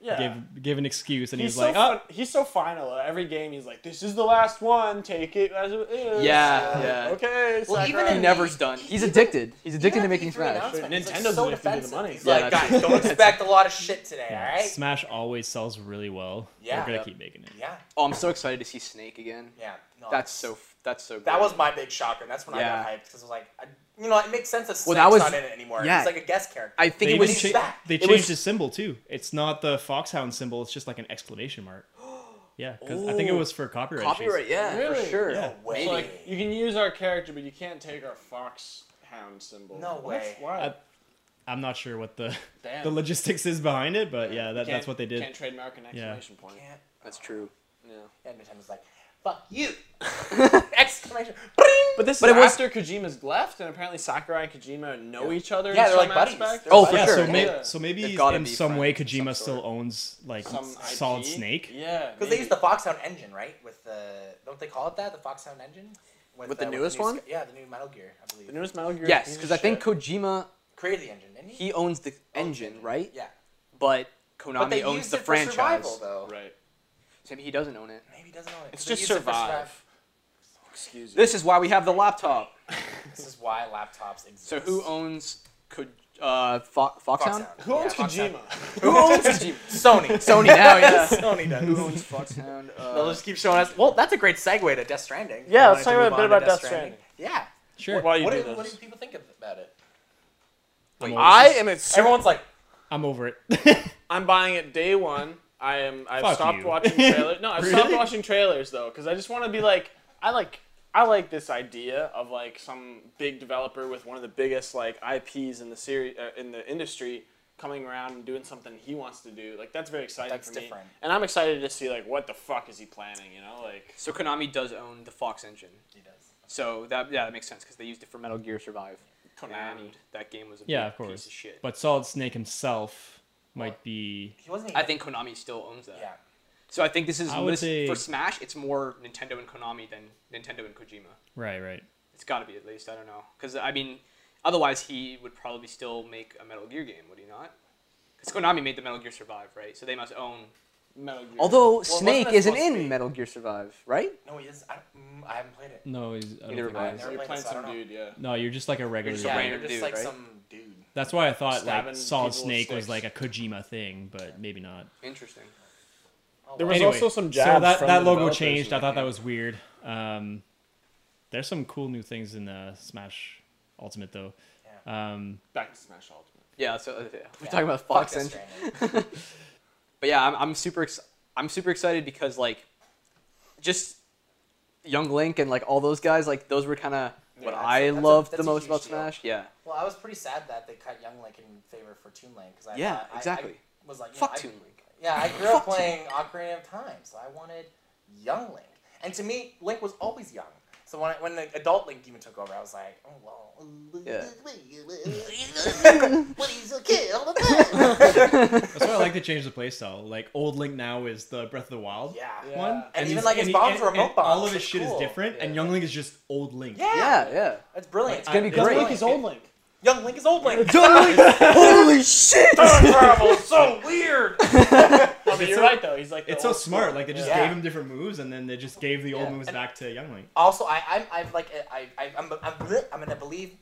S2: yeah.
S4: Gave gave an excuse, and
S2: He's,
S4: he's,
S2: so
S4: like, "Oh,
S2: fun- he's so final at every game. He's like, "This is the last one. Take it as it is."
S3: Yeah,
S2: Uh,
S3: yeah.
S2: Okay. "Oh."
S1: Well,
S2: Sakurai.
S1: even
S3: he
S1: in
S3: never's
S1: the-
S3: done. He's
S1: even-
S3: addicted. He's addicted to
S1: Even at
S3: making
S1: the E3
S3: Smash.
S1: announcement, he's, like,
S2: Nintendo's
S1: so
S2: addicted to the
S1: defensive.
S2: money.
S1: He's
S3: Yeah,
S1: like,
S3: that's
S1: guys,
S3: true.
S1: *laughs* don't expect a lot of shit today, all
S4: "Yeah,
S1: right?
S4: Smash always sells really well.
S1: Yeah.
S4: We're gonna
S1: Yeah.
S4: keep making it.
S1: yeah,
S3: Oh, I'm so excited to see Snake again.
S1: yeah. No,
S3: That's so. f- That's so.
S1: That
S3: good.
S1: was my big shocker, and that's when I got
S3: Yeah.
S1: hyped because I was like, I, you know, it makes sense that Snake's
S3: Well, that was-
S1: not in it anymore.
S3: yeah.
S1: It's like a guest character.
S3: I think
S4: They
S3: it was.
S1: even
S4: even cha-
S1: back.
S4: they
S3: It
S4: changed
S3: was-
S4: the symbol too. It's not the foxhound symbol. It's just like an
S3: *gasps*
S4: exclamation mark. Yeah, 'cause I think it
S3: Ooh.
S4: was for copyright. issues.
S3: Copyright, yeah,
S2: Really?
S3: for sure.
S4: Yeah.
S1: no way.
S2: So, like, you can use our character, but you can't take our fox hound symbol.
S1: No
S2: What?
S1: way.
S2: Why?
S4: I- I'm not sure what the *laughs*
S2: Damn.
S4: the logistics is behind it, but yeah, that,
S2: Can't-
S4: that's what they did.
S2: Can't trademark an exclamation point.
S1: can't. *laughs*
S3: That's true.
S1: And Nintendo's like, fuck you! Exclamation. Bring!
S2: But this
S3: But
S2: is
S3: it was-
S2: after Kojima's left, and apparently Sakurai and Kojima know
S1: Yeah.
S2: each other.
S1: Yeah,
S2: in
S1: they're
S2: some
S1: like buddies.
S2: aspect.
S1: They're
S3: Oh, for
S4: yeah,
S3: sure.
S4: so,
S2: yeah.
S4: may, so maybe
S3: They've gotta
S4: in
S3: be
S4: some way
S3: friends of
S4: Kojima
S3: some
S4: still
S3: sort.
S4: owns like
S2: Some IP?
S4: Solid Snake.
S2: Yeah.
S1: Because they
S2: maybe.
S1: use the Foxhound engine, right? With the don't they call it that? The Foxhound engine.
S2: With the
S1: uh,
S2: newest
S1: new
S2: one?
S1: Sc- yeah, the new Metal Gear, I believe.
S2: The newest Metal Gear.
S3: Yes,
S2: piece of
S3: because I think
S2: shit.
S3: Kojima
S1: created the engine, didn't he?
S3: he owns the engine, right?
S1: Oh, Yeah.
S3: But
S1: But
S3: Konami
S1: they
S3: owns
S1: used
S3: the
S1: it
S3: franchise.
S1: for survival, though.
S2: Right.
S3: So Maybe he doesn't own it.
S1: Maybe he doesn't own it.
S2: It's
S1: 'cause they
S2: just
S1: used it for
S2: survive. Excuse me.
S3: This is why we have the laptop.
S1: This is why laptops exist.
S3: So who owns Ko- uh, Fo- Foxhound?
S1: Foxhound.
S2: Who owns
S1: Yeah, Foxhound.
S2: Kojima?
S3: Who owns
S2: *laughs*
S3: Kojima?
S1: *laughs* Sony.
S3: Sony now, yeah.
S1: Sony does.
S3: Who owns Foxhound?
S1: *laughs* They'll
S3: Uh,
S1: just keep showing us. Well, that's a great segue to Death Stranding.
S5: Yeah,
S1: I'd
S5: let's
S1: like
S5: talk
S1: to
S5: a
S1: move
S5: bit
S1: on to
S5: about
S1: Death
S5: Death
S1: Stranding. Yeah.
S4: Sure.
S2: Why do you
S1: What
S2: do
S1: do,
S2: this?
S1: what do people think of- about it?
S4: I'm over,
S2: I am. Ex-
S1: Everyone's like,
S4: I'm over
S3: *laughs*
S4: it.
S2: I'm buying it day one. I am. I've
S4: Fuck
S2: stopped
S4: you.
S2: watching trailers. No, I've stopped
S4: Really?
S2: watching trailers though, because I just want to be like, I like, I like this idea of like some big developer with one of the biggest like IPs in the series uh, in the industry coming around and doing something he wants to do. Like that's very exciting
S1: That's
S2: for me.
S1: different.
S2: And I'm excited to see like what the fuck is he planning? You know, like
S3: so Konami does own the Fox engine.
S1: he does.
S3: So that yeah, that makes sense because they used it for Metal Gear Survive.
S2: Konami.
S3: And that game was a
S4: yeah,
S3: big
S4: of course.
S3: piece of shit.
S4: But Solid Snake himself might be.
S1: He wasn't. Even,
S3: I think Konami still owns that.
S1: Yeah.
S3: So I think this is
S4: I would
S3: this-
S4: say-
S3: for Smash. It's more Nintendo and Konami than Nintendo and Kojima.
S4: Right, right.
S3: It's got to be at least. I don't know because I mean, otherwise he would probably still make a Metal Gear game, would he not? Because Konami made the Metal Gear Survive, right? So they must own.
S2: Metal Gear.
S3: Although
S1: wasn't
S3: Snake
S1: that
S3: isn't
S1: supposed to
S3: in
S1: be-
S3: Metal Gear Survive, right?
S1: No, he is. I, don't- mm, I haven't played it.
S4: No, he's. I don't
S3: Neither have
S4: think
S3: I.
S4: he is.
S1: Never
S2: You're
S1: played
S2: playing
S1: this, I
S2: some
S1: don't know.
S2: dude, yeah.
S4: No, you're just like a regular.
S3: You're just a
S1: Yeah,
S4: guy.
S1: you're just
S3: dude,
S1: like
S3: right?
S1: some dude.
S4: That's why I thought
S2: Stabbing
S4: like Solid
S2: people with
S4: Snake was
S2: sticks.
S4: like a Kojima thing, but maybe not.
S3: Interesting.
S1: Oh,
S2: There
S1: wow.
S2: was
S4: Anyway,
S2: also some
S4: so
S2: jabs
S4: that
S2: from
S4: that
S2: the
S4: logo
S2: developers
S4: changed.
S2: in
S4: I
S2: the
S4: thought that
S2: game.
S4: was weird. Um, there's some cool new things in uh, Smash Ultimate though. Um,
S2: Back to Smash Ultimate.
S3: Yeah. So uh, yeah. we're
S1: Yeah.
S3: talking about
S1: Fuck
S3: Fox
S1: Death
S3: engine.
S1: Stranding.
S3: *laughs* But yeah, I'm, I'm super ex- I'm super excited because like just Young Link and like all those guys, like those were kind of what
S1: that's-
S3: I
S1: that's a-
S3: loved
S1: that's
S3: the
S1: a
S3: most
S1: huge
S3: about
S1: deal.
S3: Smash. Yeah.
S1: Well, I was pretty sad that they cut Young Link in favor for Toon Link because I
S3: Yeah,
S1: thought- I-
S3: exactly.
S1: I was like, you know,
S3: Fuck
S1: I-
S3: Toon Link.
S1: Yeah, I grew up
S3: Fuck you.
S1: playing Ocarina of Time, so I wanted young Link. And to me, Link was always young. So when, I, when the adult Link even took over, I was like, oh, well.
S3: Yeah. *laughs*
S1: what he's a kid all the time. *laughs*
S4: that's why I like to change the playstyle. Like old Link now is the Breath of the Wild.
S1: yeah.
S2: Yeah.
S4: One
S1: And even,
S4: he's-
S1: like, his
S4: he-
S1: bombs were remote bombs.
S4: All of his
S1: It's
S4: shit
S1: cool.
S4: is different, and
S1: Yeah.
S4: Young Link is just old Link.
S1: Yeah.
S3: Yeah. Yeah.
S1: That's brilliant.
S4: It's gonna be
S1: I-
S4: great.
S2: Link is old Link.
S1: Young Link is old
S4: *laughs*
S1: Link.
S3: Holy shit!
S2: Time travel, so weird. I mean,
S4: It's
S2: you're
S4: so-
S2: right though. He's like the
S4: It's so
S2: old school.
S4: smart. Like they just
S1: Yeah.
S4: gave him different moves, and then they just gave the old
S3: Yeah.
S4: moves back to Young Link.
S1: *laughs* also, I, I'm, I'm like, uh, I, I, I'm, I'm, I'm gonna believe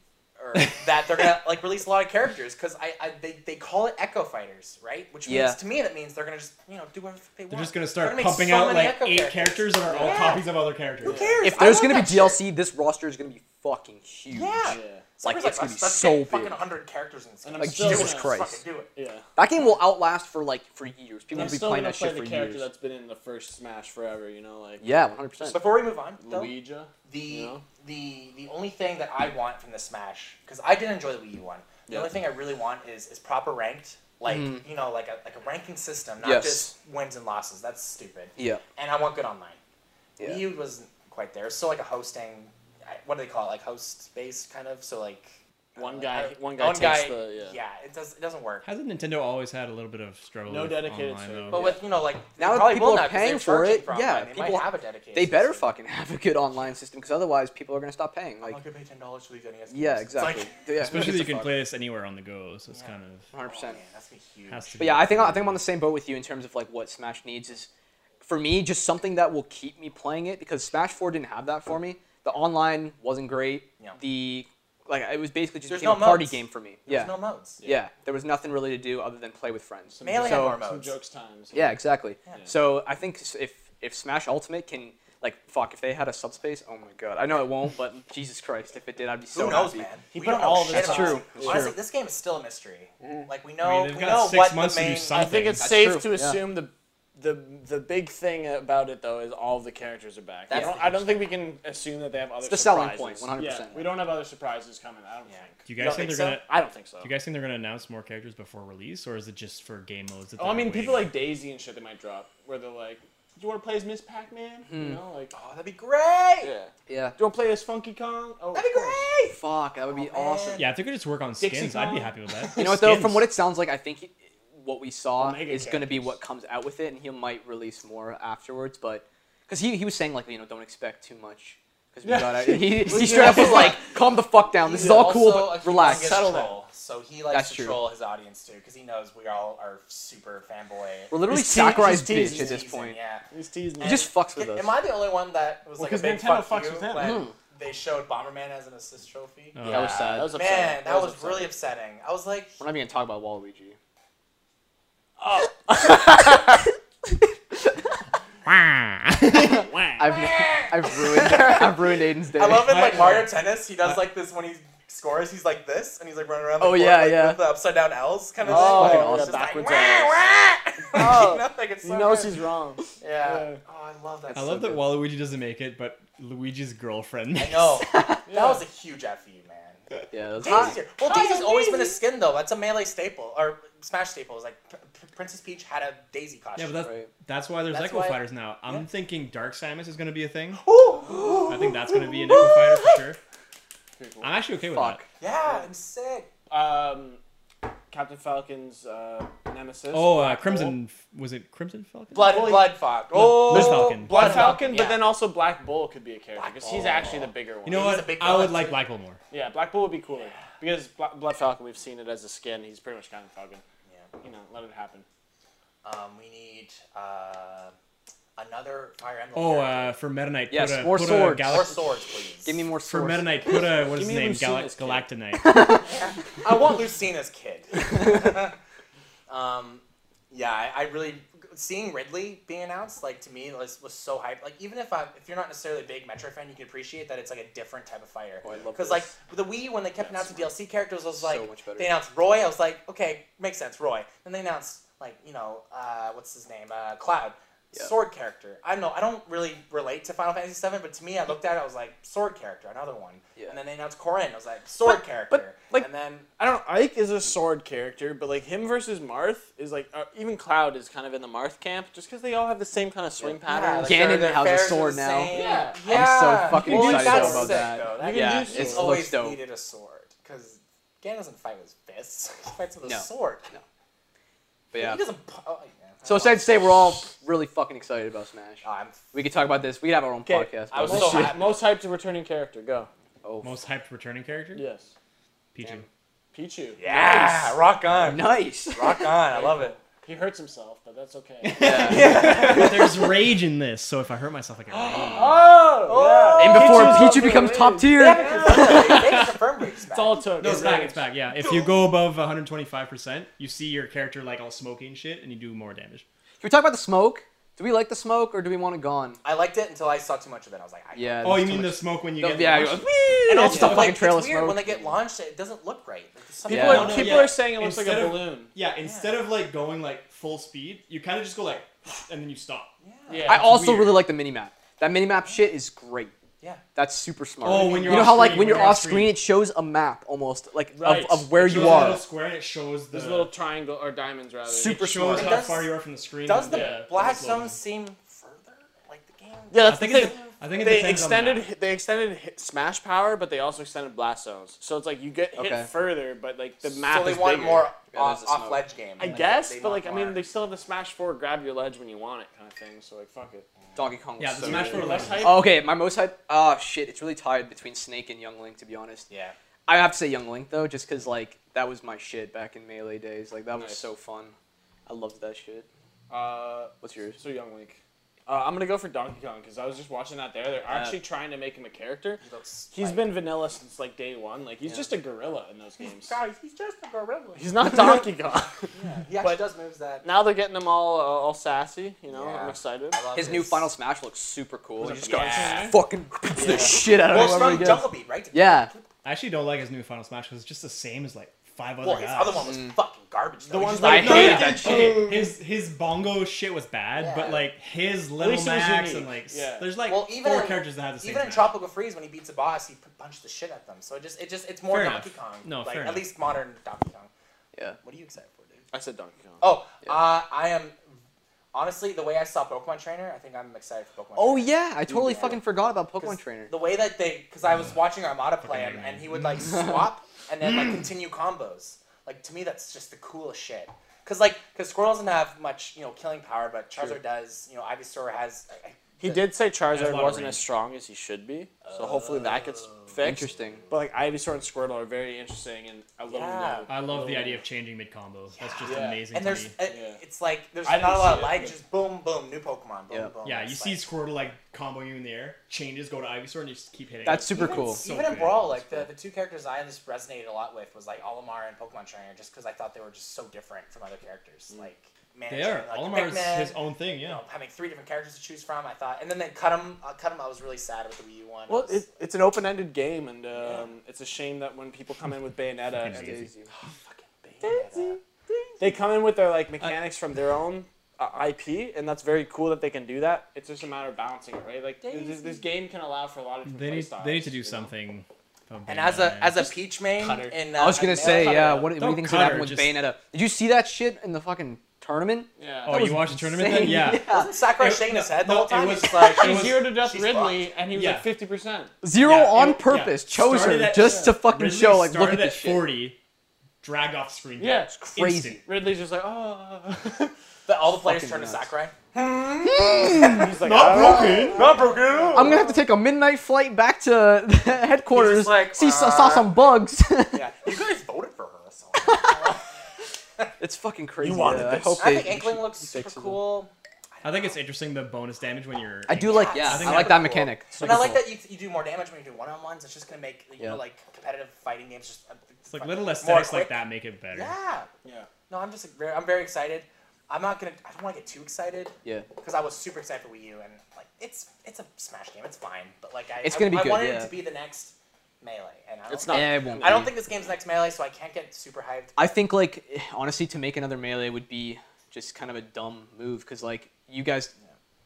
S1: or,
S3: *laughs*
S1: that they're gonna like release a lot of characters because I, I, they, they call it Echo Fighters, right? Which means
S3: Yeah.
S1: to me that means they're gonna just, you know, do whatever they want.
S4: They're just gonna start
S1: make
S4: pumping
S1: so
S4: out
S1: many
S4: like
S1: Echo
S4: eight characters that are all
S1: Yeah.
S4: copies of other characters.
S1: Who cares?
S3: If
S1: I
S3: there's
S1: want
S3: gonna be
S1: that
S3: DLC, this roster is gonna be fucking huge.
S1: Yeah.
S2: Yeah.
S1: Shit. Like,
S3: Like,
S1: like,
S3: it's gonna
S1: let's,
S3: be
S1: let's
S3: so
S1: get
S3: big.
S1: fucking 100 characters in this game.
S2: And I'm
S1: Let's
S2: still
S1: do it.
S2: gonna-
S1: Let's
S3: Christ.
S1: fucking do it.
S2: Yeah.
S3: That game will outlast for like for years. People
S2: I'm
S3: will be
S2: still
S3: playing
S2: gonna
S3: that
S2: play
S3: shit
S2: the
S3: for
S2: character
S3: years.
S2: that's been in the first Smash forever, you know, like
S3: Yeah, 100. percent
S1: Before we move on, though,
S2: Luigi.
S1: the
S2: Yeah.
S1: the the only thing that I want from the Smash because I did enjoy the Wii U one. The
S2: Yeah.
S1: only thing I really want is is proper ranked, like
S3: Mhm.
S1: you know, like a like a ranking system, not
S3: Yes.
S1: just wins and losses. That's stupid.
S3: Yeah.
S1: And I want good online.
S3: Yeah.
S1: Wii U wasn't quite there. It's still like a hosting. I- What do they call it? Like host based kind of. So like I
S2: One
S1: don't
S2: guy-
S1: know, I-
S2: one guy takes the- yeah.
S1: It does. It doesn't work.
S4: Hasn't Nintendo always had a little bit of struggle?
S2: No
S4: with
S2: dedicated
S4: online,
S2: server.
S4: though?
S1: But with you know like
S3: Oh, Now
S1: they
S3: that
S1: probably
S3: people
S1: will
S3: are
S1: now 'cause
S3: paying
S1: they're
S3: for
S1: charging
S3: it, yeah,
S1: online. they
S3: people-
S1: might have a dedicated.
S3: They better
S1: system.
S3: fucking have a good online system because otherwise people are gonna stop paying.
S1: I'm
S3: Like,
S1: not gonna pay ten dollars for these NES.
S3: yeah,
S1: games. It's like-
S3: exactly. yeah,
S4: Especially that you can play this anywhere on the go, so it's
S1: Yeah.
S4: kind of
S3: 100.
S1: Oh,
S3: percent
S1: man, that's gonna be huge.
S4: has to.
S3: But
S4: be
S3: yeah, I think I think I'm on the same boat with you in terms of like what Smash needs is, for me, just something that will keep me playing it because Smash Four didn't have that for me. The online wasn't great.
S1: Yeah.
S3: The like it was basically just
S1: There's
S3: became
S1: no
S3: a party
S1: modes.
S3: game for me.
S1: There's
S3: yeah.
S1: no modes.
S3: yeah, There was nothing really to do other than play with friends.
S2: Some
S1: Melee
S2: jokes-
S1: had more
S2: some
S1: modes.
S2: jokes times.
S3: Yeah, exactly.
S1: Yeah.
S3: So I think s- if if Smash Ultimate can like fuck if they had a subspace, oh my god, I know it won't, but Jesus Christ, if it did, I'd be so
S1: Who knows,
S3: happy.
S1: man?
S2: He
S1: We
S2: put
S1: don't know
S2: all
S1: shit
S2: this
S1: about
S3: out.
S1: it.
S3: It's true.
S1: Honestly,
S3: It's
S1: this game is still a mystery.
S3: Mm-hmm.
S1: Like we know,
S4: I mean, they've
S1: we
S4: got
S1: know
S4: six
S1: what the main.
S4: months to do
S2: I
S4: something.
S2: think it's
S3: That's
S2: safe
S3: true,
S2: to
S3: yeah.
S2: assume the the the big thing about it though is all of the characters are back. I
S1: That's
S2: don't,
S1: the
S2: I don't think we can assume that they have other
S3: the selling
S2: surprises.
S3: point, 100%.
S2: Yeah, we don't have other surprises coming. I don't
S1: Yeah.
S2: think.
S4: Do
S1: You
S4: you guys
S1: don't
S4: think,
S1: think
S4: they're
S1: so?
S4: gonna?
S2: I don't think so.
S4: Do you guys think they're gonna announce more characters before release, or is it just for game modes? That
S2: Oh,
S4: they're
S2: I mean, people
S4: waiting?
S2: like Daisy and shit they might drop where they're like, "Do you want to play as Miss Pac-Man?" You
S3: Hmm.
S2: know, like,
S1: Oh, that'd be great.
S2: yeah. Do
S3: Yeah.
S2: you want to play as Funky Kong? Oh,
S1: That'd be great.
S3: Fuck, that would be
S1: Oh, man.
S3: awesome.
S4: Yeah, if they could just work on
S2: Dixie
S4: skins, I'd be
S2: Kong.
S4: happy with that.
S3: You know what though? From
S4: Skins.
S3: what it sounds like, I think he- what we saw
S2: Omega
S3: is going to be
S2: characters.
S3: what comes out with it, and he might release more afterwards. But because he, he was saying like you know don't expect too much because we got
S4: *laughs*
S3: out. He, he straight up was like, "Calm the fuck down. Um, This is all cool,
S1: Also, a
S3: but relax."
S1: humongous
S3: Settle down.
S1: troll, so he likes
S3: That's
S1: to
S3: true.
S1: troll his audience too, because he knows we all are super fanboy.
S3: We're literally
S2: He's teasing-
S3: Sakurai's
S2: he's teasing,
S3: bitch at this
S1: Teasing,
S3: point.
S1: yeah.
S2: He's teasing.
S3: He just fucks with
S1: Am-
S3: us.
S1: Am I the only one that was
S2: Well,
S1: like a
S2: 'cause
S1: big
S2: Nintendo
S1: fuck
S2: fucks
S1: you
S2: with him.
S1: when
S3: Mm.
S1: they showed Bomberman as an assist trophy?
S4: Oh.
S2: That was sad. That was upsetting.
S1: Man, that, was,
S2: upsetting.
S1: really upsetting. I was
S3: *laughs*
S1: like,
S3: We're not even gonna talk about Waluigi.
S4: *laughs*
S2: Wah.
S3: I've I've ruined I've ruined Aiden's day.
S1: I love in like
S4: I-
S1: Mario Tennis, he does like this when he scores, he's like this, and he's like running around. The
S3: Oh,
S1: court,
S3: yeah,
S1: like,
S3: yeah.
S1: With the upside down L's kind of
S2: Oh,
S1: thing.
S3: fucking
S1: It's
S3: awesome.
S1: just like,
S2: Backwards
S1: wah, *laughs* wah.
S2: Oh.
S1: you know, like, it's
S2: He
S1: so
S2: knows
S1: good.
S2: he's wrong.
S1: Yeah.
S2: Yeah.
S1: Oh, I love that.
S4: I
S1: so
S4: love that
S1: good.
S4: Waluigi doesn't make it, but Luigi's girlfriend.
S1: I
S3: *laughs*
S1: know.
S2: Yeah.
S1: That was a huge fu, man.
S3: Yeah, that's
S1: Daisy. Well, Daisy's always been a skin though. That's a melee staple or Smash staple. It's like P- P- Princess Peach had a Daisy
S4: Yeah,
S1: costume.
S4: but that's
S3: Right.
S4: that's why there's
S1: That's
S4: Echo
S1: why-
S4: Fighters now. I'm
S1: Yeah.
S4: thinking Dark Samus is gonna be a thing.
S1: Ooh.
S4: I think that's gonna be an Echo Fighter for sure. I'm actually okay with
S3: Fuck.
S1: Yeah, I'm sick.
S2: Um, Captain Falcon's uh, nemesis.
S4: that. Oh, uh,
S2: Black Bolt.
S4: Crimson F- was it Crimson Falcon?
S1: Blood,
S2: Well, he-
S1: blood fog. Oh,
S4: Blood Falcon.
S2: Blood
S1: Blood
S2: Falcon,
S1: Falcon,
S2: but
S1: yeah.
S2: then also Black Bull could be a character
S1: Black
S2: because he's
S1: Bull.
S2: actually the bigger one.
S4: You know
S1: He's a
S4: what?
S1: big
S4: I would
S1: villain,
S4: like
S1: too.
S4: Black Bull more.
S2: Yeah, Black Bull would be cooler because Bla- Blood Falcon we've seen it as a skin. He's pretty much Captain Falcon.
S1: Yeah.
S2: You know, let it happen.
S1: Um, we need uh, another Fire Emblem.
S4: Oh,
S1: character.
S4: uh, for Meta Knight,
S3: Yes,
S4: put a,
S3: more
S4: put
S3: swords.
S4: A Galax-
S1: or swords, please.
S3: Give me more
S4: for
S3: swords.
S4: Meta Knight, put a what
S2: Give
S4: is his
S2: me
S4: name? Galax
S2: Lucina's
S4: Galactonite.
S1: *laughs* I want Lucina's kid. *laughs* um, yeah, I, I really seeing Ridley being announced like to me was, was so hype. Like even if I if you're not necessarily a big Metro fan, you can appreciate that it's like a different type of fighter.
S3: Oh, I love
S1: Because
S3: this.
S1: like with the Wii, when they kept announcing DLC characters, I was
S3: So
S1: like,
S3: much better.
S1: they announced Roy. I was like, okay, makes sense, Roy. Then they announced like you know uh, what's his name, uh, Cloud.
S3: Yeah.
S1: Sword character. I don't know. I don't really relate to Final Fantasy VII, but to me, I looked at it. I was like, sword character, another one.
S3: Yeah.
S1: And then they announced Corin. I was like, sword
S2: But-
S1: character.
S2: but, like,
S1: and then
S2: I don't. Ike is a sword character, but like him versus Marth is like uh, even Cloud is kind of in the Marth camp just because they all have the same kind of swing patterns.
S3: Ganon
S1: they're-
S3: has a
S1: they're
S3: sword
S1: the
S3: now.
S1: same.
S2: Yeah.
S1: Yeah.
S3: so fucking
S1: Well,
S2: excited
S1: that's
S2: about
S1: sick,
S3: that.
S1: Though.
S2: You
S1: That
S2: can
S1: yeah,
S2: do
S1: it's
S2: swords.
S1: always
S3: Looks dope.
S1: needed a sword because Ganon doesn't fight with fists. *laughs* He fights with a
S3: No.
S1: sword.
S3: But yeah.
S1: He doesn't. pu- Oh, yeah.
S3: So it's safe to say we're all really fucking excited about Smash.
S1: Oh, I'm
S3: We could talk about this. We could have our own
S2: Okay,
S3: podcast.
S2: I was
S3: about
S2: so
S3: this
S2: hyped. most hyped to returning character. Go.
S3: Oh,
S4: Most hyped returning character?
S2: Yes.
S4: Pichu.
S2: Pichu.
S1: yeah, rock on,
S3: nice.
S4: *laughs*
S1: rock on. I love it.
S2: He hurts himself, but that's okay.
S3: *laughs* Yeah.
S4: *laughs* But there's rage in this, so if I hurt myself, I get rage.
S2: *laughs* oh, yeah.
S3: And before
S2: Pichu's
S3: Pichu
S2: up
S3: becomes
S2: there.
S3: top
S1: They
S3: tier,
S1: haven't confirmed it. They haven't confirmed it. It's
S2: It's all it took.
S4: No, it's back.
S2: rage.
S4: It's back. Yeah, if you go above 125, percent you see your character like all smoky and shit, and you do more damage.
S3: Can we talk about the smoke? Do we like the smoke or do we want it gone?
S1: I liked it until I saw too much of it. I was like, I
S3: Yeah.
S4: Oh,
S3: that's
S4: you
S3: too
S4: mean the
S3: much-
S4: smoke when you
S3: No,
S4: get?
S3: yeah,
S4: launched?
S3: you go, "Wee!" and it's the
S1: like,
S3: fucking trail of
S1: it's weird
S3: smoke.
S1: when they get launched. It doesn't look right. Like, there's something
S2: People,
S1: going
S2: are,
S1: on.
S4: no,
S2: people
S4: yeah.
S2: are saying it looks like
S4: Instead
S2: a
S4: of-
S2: balloon.
S4: yeah. Instead of like going like full speed, you kind of just go like, *laughs* and then you stop.
S1: yeah.
S2: Yeah.
S3: I
S2: it's
S3: also
S2: weird.
S3: really like the mini map. That mini map shit is great.
S1: Yeah.
S3: That's super smart.
S4: Oh, when you're
S3: you know
S4: off
S3: how like
S4: screen,
S3: when you're, off screen,
S4: screen.
S3: it shows a map almost like
S2: Right.
S3: of, of where
S4: It shows
S3: you
S4: a
S3: are.
S4: little square and it shows the
S2: There's little triangle or diamonds rather.
S3: Super-
S4: it
S3: smart.
S4: shows how
S1: Does-
S4: far you are from the screen.
S1: Does
S4: and
S1: the
S2: Yeah.
S1: Black
S4: the
S1: Zone
S4: loading.
S1: seem further? Like the game?
S2: Yeah,
S4: I
S2: that's the
S4: think
S2: thing.
S4: it, I think it
S2: They
S4: depends on the
S2: extended
S4: map.
S2: they extended hit smash power, but they also extended blast zones. So it's like you get hit
S3: Okay.
S2: further, but like the map.
S1: So they
S2: is
S1: want
S2: bigger.
S1: more
S3: Yeah,
S1: off,
S3: there's a
S1: off
S3: smoke.
S1: ledge game.
S2: I
S1: Like,
S2: guess,
S1: they
S2: but
S1: want
S2: like I mean,
S1: more.
S2: they still have the Smash Four grab your ledge when you want it kind of thing. So like, fuck it.
S3: Donkey Kong.
S4: Yeah,
S3: was
S4: the
S3: so
S4: Smash
S3: good.
S4: Bros. left
S3: Oh, okay, my most hype. Ah, shit, it's really tied between Snake and Young Link. To be honest,
S1: yeah.
S3: I have to say Young Link though, just because like that was my shit back in Melee days. Like that was
S2: Nice.
S3: so fun. I loved that shit.
S2: Uh,
S3: What's yours?
S2: so Young Link. Uh, I'm gonna go for Donkey Kong because I was just watching that there. They're
S3: Uh,
S2: actually trying to make him a character.
S1: He looks
S2: He's
S1: like-
S2: been vanilla since like day one. Like he's
S3: Yeah.
S2: just a gorilla in those *laughs* games.
S1: Guys, he's just a gorilla.
S2: He's *laughs* not Donkey Kong.
S1: He actually
S2: But-
S1: does moves that.
S2: now they're getting him all uh, all sassy. You know,
S1: Yeah.
S2: I'm excited.
S1: I love
S3: His new Final Smash looks super cool. You just go
S1: Yeah.
S3: fucking beats the shit out of
S1: Well, it's
S3: whoever he
S1: from
S3: gets.
S1: Jungle Beat, right?
S3: Yeah.
S4: I actually don't like his new Final Smash because it's just the same as like five other
S1: Well, his
S4: guys.
S1: other one was fucking garbage. The
S2: ones
S3: I
S2: that-
S4: No,
S3: hated
S4: yeah,
S3: that
S4: his-
S3: shit.
S4: okay, His his bongo shit was bad,
S1: Yeah.
S4: but like
S2: least
S4: his little
S2: it was
S4: Max
S2: unique.
S4: and like s-
S2: Yeah.
S4: there's like
S1: Well, even
S4: four
S1: in-
S4: characters that have the same.
S1: Even in
S4: Max.
S1: Tropical Freeze, when he beats a boss, he p- punched the shit at them. So it just, it just, it's more
S4: Fair
S1: Donkey
S4: enough.
S1: Kong.
S4: No,
S1: like
S4: fair
S1: at
S4: enough.
S1: least modern Donkey Kong.
S3: Yeah.
S1: What are you excited for, dude?
S2: I said Donkey Kong.
S1: Oh, uh, I am. Honestly, the way I saw Pokemon Trainer, I think I'm excited for Pokemon.
S3: Oh
S1: Trainer.
S3: yeah, I totally
S1: Yeah.
S3: fucking forgot about
S1: 'Cause
S3: Pokemon Trainer.
S1: The way that they, because I was watching Armada play
S4: Mm. Fucking Mm.
S1: him,
S4: nightmare.
S1: and he would
S4: *laughs*
S1: like swap and then like continue combos. Like to me, that's just the coolest shit. Cause like, cause Squirrel doesn't have much, you know, killing power, but Charizard does. You know, Ivysaur has. I- I-
S2: He did say
S4: Has a
S2: Charizard
S4: lot of
S2: wasn't
S4: range.
S2: as strong as he should be, so hopefully that gets fixed.
S3: Interesting.
S2: But like Ivysaur and Squirtle are very interesting and a little
S1: Yeah.
S2: low.
S4: I love the idea of changing mid combo. That's just
S2: Yeah.
S4: amazing.
S1: And
S4: to
S1: there's,
S4: me.
S1: it-
S2: Yeah.
S1: it's like there's not
S2: I
S1: a
S2: didn't
S1: lot
S2: see
S1: of
S2: it,
S1: lag.
S2: but-
S1: Just boom, boom, new Pokemon. Boom,
S3: Yeah.
S1: boom.
S4: yeah,
S1: It's
S4: you see
S1: Oh, like-
S4: Squirtle like comboing you in the air, changes, go to Ivysaur, and you just keep hitting.
S3: That's
S4: it.
S3: super
S1: even,
S3: cool.
S4: so
S1: even in
S4: good.
S1: Brawl, like the, the two characters I just resonated a lot with was like Olimar and Pokemon Trainer, just because I thought they were just so different from other characters. Like managing
S4: They are.
S1: like
S4: Olimar's
S1: Pikmin,
S4: his own thing,
S1: you
S4: yeah.
S1: know, having three different characters to choose from. I thought, and then they cut him. Uh, cut him. I was really sad with the Wii U one.
S2: Well,
S1: It was-
S2: it, it's an open-ended game, and um, it's a shame that when people come in with Bayonetta, and
S4: Fucking
S2: they,
S4: Daisy.
S2: Bayonetta. they come in with their like mechanics from their own uh, IP, and that's very cool that they can do that. It's just a matter of balancing it, right? Like this, this game can allow for a lot of different
S4: They
S2: play
S4: need,
S2: styles,
S4: they need to do
S2: you know?
S4: something. from
S1: and as a
S4: Bayonetta.
S1: as a Peach main,
S4: cut her.
S1: in, uh,
S3: I was gonna
S1: Bayonetta-
S3: say,
S2: cut her
S3: yeah.
S2: out.
S3: What, what do you
S4: Don't
S3: think's
S4: cut
S3: gonna happen
S4: her,
S3: with
S4: just-
S3: Bayonetta? Did you see that shit in the fucking tournament?
S2: Yeah.
S4: oh,
S3: was
S4: you watched the tournament then?
S3: insane.
S4: Yeah.
S3: *laughs*
S1: wasn't Sakurai
S4: It-
S1: shaking his head the
S4: no,
S1: whole
S4: it
S1: time?
S4: was-
S1: He's like,
S4: it
S2: He
S4: was-
S2: zeroed to death
S1: she's
S2: Ridley, and he was
S4: Yeah.
S2: like fifty percent.
S3: Zero
S4: Yeah, it-
S3: on
S4: yeah.
S3: purpose chose her
S4: Started at-
S3: just to fucking
S4: Ridley
S3: show, like, look at
S4: started
S3: this
S4: at
S3: shit.
S4: 40, dragged off screen.
S2: Yeah,
S4: death.
S2: it's
S3: crazy.
S4: Instant.
S2: Ridley's just like, oh,
S1: but all the players
S3: Fucking
S1: turned to
S3: nuts.
S1: Sakurai.
S2: *laughs* he's like, "Oh." not broken.
S1: Not broken.
S3: *laughs* I'm gonna have to take a midnight flight back to *laughs* headquarters.
S1: like,
S3: see, saw,
S1: uh,
S3: saw some bugs. *laughs*
S2: Yeah,
S1: You guys voted for her. So.
S3: it's fucking crazy.
S2: wanted
S3: though. I
S2: this.
S3: hope
S1: I
S3: they-
S1: think Inkling looks super
S3: fixes it.
S1: cool.
S4: I think it's interesting the bonus damage when you're.
S3: I do like,
S1: Yeah,
S3: yeah,
S1: oh. I
S3: I,
S4: think
S3: like
S4: that'd
S3: that
S1: be cool.
S3: mechanic.
S1: And I like that you, you do more damage when you do one on ones. It's just gonna make you
S3: Yeah.
S1: know, like competitive fighting games just. uh,
S4: It's like little aesthetics like
S1: quick.
S4: that make it better.
S1: Yeah.
S2: yeah.
S1: No, I'm just like, very, I'm very excited. I'm not gonna. I don't want to get too excited
S3: Yeah.
S1: because I was super excited for Wii U and like it's it's a Smash game. It's fine, but like I
S3: It's
S1: I-
S3: gonna be
S1: I,
S3: good,
S1: wanted
S3: yeah.
S1: it to be the next melee, and I don't.
S2: It's not.
S3: Yeah, it won't
S1: I don't
S3: be.
S1: think this game's the next melee, so I can't get super hyped.
S3: I think like *sighs* honestly, to make another melee would be just kind of a dumb move because like you guys,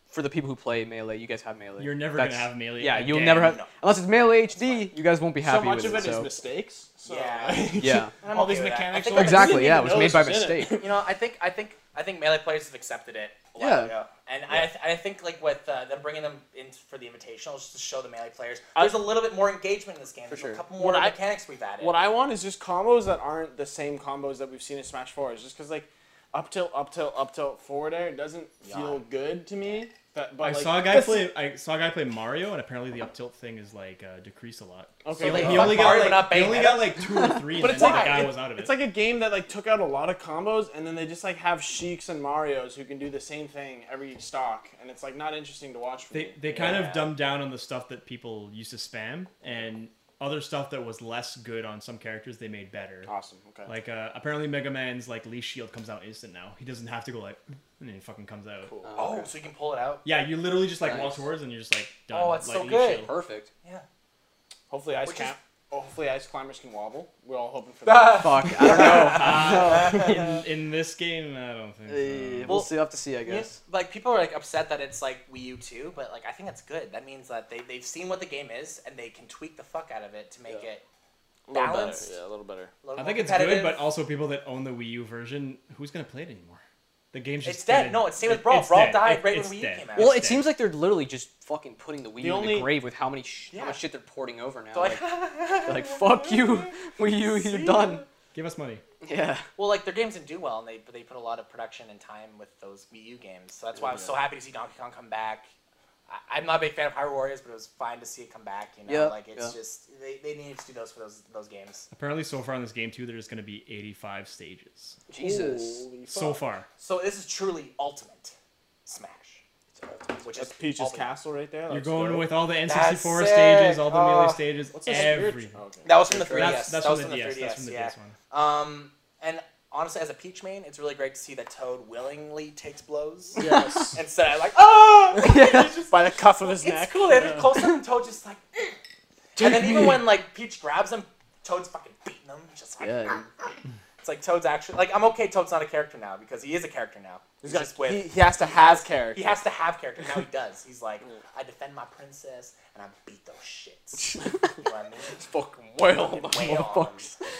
S3: for the people who play melee, you guys have melee.
S4: You're never
S3: That's-
S4: gonna have melee
S3: Yeah, you'll
S4: again.
S3: never have
S1: No.
S3: unless it's melee HD. You guys won't be happy
S2: so much
S3: with
S2: of
S3: it.
S2: it is
S3: so.
S2: mistakes. So. *laughs*
S1: Yeah.
S3: yeah,
S1: And I'm
S2: All
S1: okay
S2: these
S1: with that. I
S2: mechanics
S1: think
S2: are-
S1: I-
S3: exactly. Yeah, it
S2: even
S3: was made by
S2: notice it's in
S3: mistake.
S2: it.
S1: You know, I think I think I think melee players have accepted it. A lot
S3: Yeah.
S1: ago. And I, th- I think like with uh, them bringing them in for the invitational just to show the melee players,
S2: I-
S1: there's a little bit more engagement in this game. There's
S3: sure.
S1: a couple more
S2: What I-
S1: mechanics we've added.
S2: What I want is just combos that aren't the same combos that we've seen in Smash Four. It's just because like up tilt, up tilt, up tilt, forward air doesn't feel good to me. But, but
S4: I
S2: like,
S4: saw a guy
S2: this-
S4: play. I saw a guy play Mario, and apparently the up tilt thing is like uh, decreased a lot.
S2: Okay,
S4: he,
S2: like,
S4: only- he
S2: fuck
S4: only
S1: Mario,
S4: got
S1: but not
S4: like, he only
S1: Bayonetta.
S4: got like two or three, and
S2: But
S4: then
S2: it's
S4: the
S2: like
S4: guy
S2: it-
S4: was out of it.
S2: It's like a game that like took out a lot of combos, and then they just like have Sheiks and Mario's who can do the same thing every stock, and it's like not interesting to watch. For
S4: they
S2: me.
S4: they kind
S1: Yeah.
S4: of dumbed down on the stuff that people used to spam and other stuff that was less good on some characters they made better.
S2: awesome. Okay.
S4: Like uh, apparently Mega Man's like leash shield comes out instant now. He doesn't have to go like *clears throat* and it fucking comes out.
S2: Cool.
S1: *laughs* oh, so you can pull it out.
S4: Yeah, you literally just like walk
S3: Nice.
S4: towards and you're just like done.
S1: Oh, it's
S4: like,
S1: so
S4: leaf
S1: good.
S4: shield.
S3: perfect.
S1: Yeah.
S2: Hopefully ice
S1: Which is-
S2: cam- oh, hopefully ice climbers can wobble. We're all hoping *laughs* for that.
S1: Ah.
S3: Fuck, I don't know.
S4: In, in this game, I don't think.
S3: Uh,
S4: So.
S3: we'll see. We'll have to see, I
S1: Yeah,
S3: guess.
S1: like people are like upset that it's like Wii U 2, but like I think that's good. That means that they they've seen what the game is and they can tweak the fuck out of it to make
S2: Yeah.
S1: it.
S2: A little better.
S1: Balanced.
S2: Yeah, a little better.
S1: A little
S4: I
S1: more
S4: think it's
S1: competitive.
S4: good, but also people that own the Wii U version, who's gonna play it anymore? The game's just
S1: It's dead.
S4: dead.
S1: No, it's same
S4: It-
S1: with Brawl.
S4: it's
S1: Brawl
S4: dead.
S1: died
S4: It-
S1: right when
S4: it's
S1: Wii U
S4: dead.
S1: came out.
S3: Well, it
S4: It's
S3: seems
S4: dead.
S3: like they're literally just fucking putting the Wii
S2: The
S3: U in
S2: only-
S3: the grave with how many sh-
S1: Yeah.
S3: how much shit they're porting over now.
S1: So,
S3: Like,
S1: like,
S3: they're like fuck you, *laughs* Wii U, you're done.
S4: give us money.
S3: Yeah.
S1: well, like their games didn't do well, and they but they put a lot of production and time with those Wii U games. So that's why I was so happy to see Donkey Kong come back. I, I'm not a big fan of Hyrule Warriors, but it was fine to see it come back. You know,
S3: Yeah,
S1: like it's
S3: yeah.
S1: just they, they needed to do those for those those games.
S4: Apparently, so far in this game too, there's gonna be 85 stages.
S3: Jesus.
S2: Holy
S4: So
S2: fuck.
S4: far,
S1: So this is truly ultimate Smash. It's ultimate, which
S2: That's
S1: is all
S2: Peach's
S1: we-
S2: castle right there.
S4: you're
S2: Let's
S4: going
S2: go.
S4: with all the
S1: That's
S4: N64
S1: sick.
S4: stages, all the
S1: Oh.
S4: melee stages,
S2: What's the spirit-
S4: everything.
S2: oh, okay.
S1: That was from the 3DS.
S4: That's, that's
S1: that was
S4: from the DS.
S1: DS.
S4: That's from the
S1: yeah.
S4: DS one.
S1: Um, and honestly, as a Peach main, it's really great to see that Toad willingly takes blows *laughs*
S2: *laughs* Yes.
S1: instead of like,
S4: *laughs*
S1: oh, *laughs*
S2: By the cuff of his neck.
S1: it's cool. And then closer, and Toad just like, "Eh." and then even
S2: *laughs*
S1: when like Peach grabs him, Toad's fucking beating him. Just like,
S3: Yeah.
S1: it's like Toad's actually like, I'm okay. Toad's not a character now because he is a character now. He's
S2: got-
S1: just with.
S2: he, he has to have character.
S1: he has to have character
S3: *laughs*
S1: now. He does. He's like, I defend my princess and I beat those
S3: *laughs*
S1: shits. you know what I mean?
S3: Fucking whale.
S1: Fucking wail on them.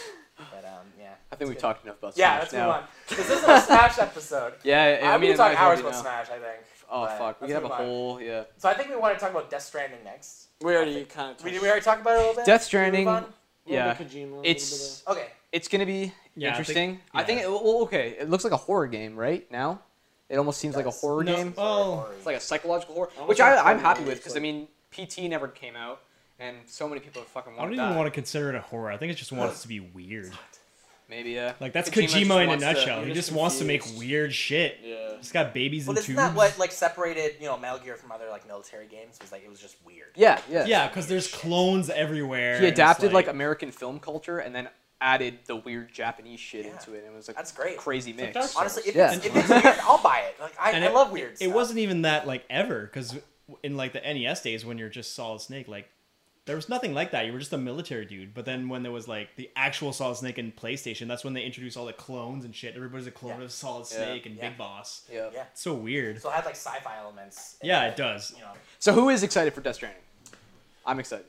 S1: But um, yeah.
S3: I think we've talked enough about
S1: Yeah,
S3: Smash
S1: let's move
S3: now.
S1: on. This isn't a Smash episode.
S3: *laughs* Yeah, I,
S1: I
S3: I
S1: we can
S3: mean, it
S1: talk
S3: might as well
S1: hours
S3: be
S1: about
S3: now.
S1: Smash, I think.
S3: Oh
S1: but
S3: fuck, we
S1: let's
S3: could have a
S1: move on.
S3: whole yeah.
S1: So I think we want to talk about Death Stranding next.
S2: We already kind of.
S1: We, did we already talk about it a little bit?
S3: Death
S1: Can we move
S3: Stranding.
S1: on?
S3: Yeah,
S2: Kojima,
S3: it's
S1: Okay.
S3: it's gonna be
S4: Yeah, I think-
S3: interesting. I think,
S4: yeah.
S3: it, well, okay, it looks like a horror game right now. It almost seems like a
S1: That's-
S3: horror
S4: No,
S3: game.
S4: well,
S3: It's like a psychological horror,
S2: Almost
S3: which I,
S2: like
S3: I'm
S2: Freddy
S3: happy
S2: Krueger,
S3: with
S2: it's
S3: because I
S2: like-
S3: mean PT never came out, and so many people fucking
S4: I
S3: want
S4: don't
S3: die.
S4: even want to consider it a horror. I think it
S3: *laughs*
S4: just wants to be weird.
S3: Maybe uh,
S4: Like that's
S3: Kojima just
S4: Kojima, in a
S3: wants to-
S4: nutshell. he
S2: you're
S4: just
S2: just
S4: wants to make
S2: confused.
S4: weird shit.
S2: Yeah.
S4: Just got babies
S1: Well,
S4: and
S1: isn't
S4: tubes.
S1: that what like separated you know Metal Gear from other like military games? Was like it was just weird.
S3: Yeah, yeah.
S4: yeah, because there's clones everywhere.
S3: He
S4: and it's
S3: adapted like, American film culture and then added the weird Japanese shit
S1: Yeah.
S3: into it, and it was like
S1: That's great.
S3: crazy mix.
S2: Dark Souls.
S1: Honestly, if,
S3: Yeah.
S1: it's, if it's weird, I'll buy it. Like I,
S4: And
S1: I love weird.
S4: It
S1: stuff.
S4: wasn't even that like ever because in like the NES days when you're just Solid Snake, like there was nothing like that. You were just a military dude. But then when there was like the actual Solid Snake in PlayStation, that's when they introduced all the clones and shit. Everybody's a clone
S1: Yeah.
S4: of Solid
S3: Yeah.
S4: Snake and
S1: Yeah.
S4: Big Boss.
S3: Yeah.
S1: Yeah.
S4: It's so weird.
S1: So it had like sci-fi elements. and,
S4: yeah, it does.
S1: You know,
S3: So who is excited for Death Stranding? I'm excited.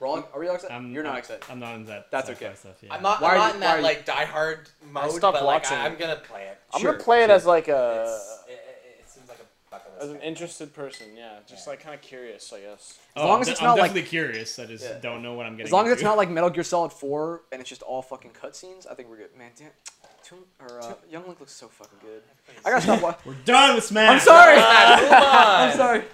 S3: We're all, are we all excited?
S4: I'm,
S3: You're not
S4: I'm-
S3: excited.
S4: I'm not into that.
S3: That's
S4: sci-fi
S3: okay.
S4: Stuff, yeah.
S1: I'm not.
S3: Why are
S1: I'm not in
S3: you- why are
S1: that
S3: you-
S1: like die-hard mode.
S3: stopped
S1: but, like,
S3: watching
S1: I,
S3: it.
S1: am gonna play it.
S2: I'm
S3: Sure,
S2: gonna play it
S3: sure.
S2: as like a
S1: It's- it, it- it seems like a bucket list
S2: as an
S1: *laughs* thing.
S2: interested person. Yeah, just like kind of curious, I guess.
S4: Oh,
S3: long as
S4: de-
S3: it's
S4: I'm
S3: not, like-
S4: definitely curious. I just
S3: Yeah.
S4: don't know what I'm getting.
S3: As long as
S4: into.
S3: it's not like Metal Gear Solid 4 and it's just all fucking cutscenes, I think we're good. Man, damn, Tomb, or, uh, Young Link looks so fucking good. I gotta stop watching.
S4: we're done with
S3: I'm *laughs*
S4: Smash.
S3: sorry.
S1: Move on.
S3: I'm sorry.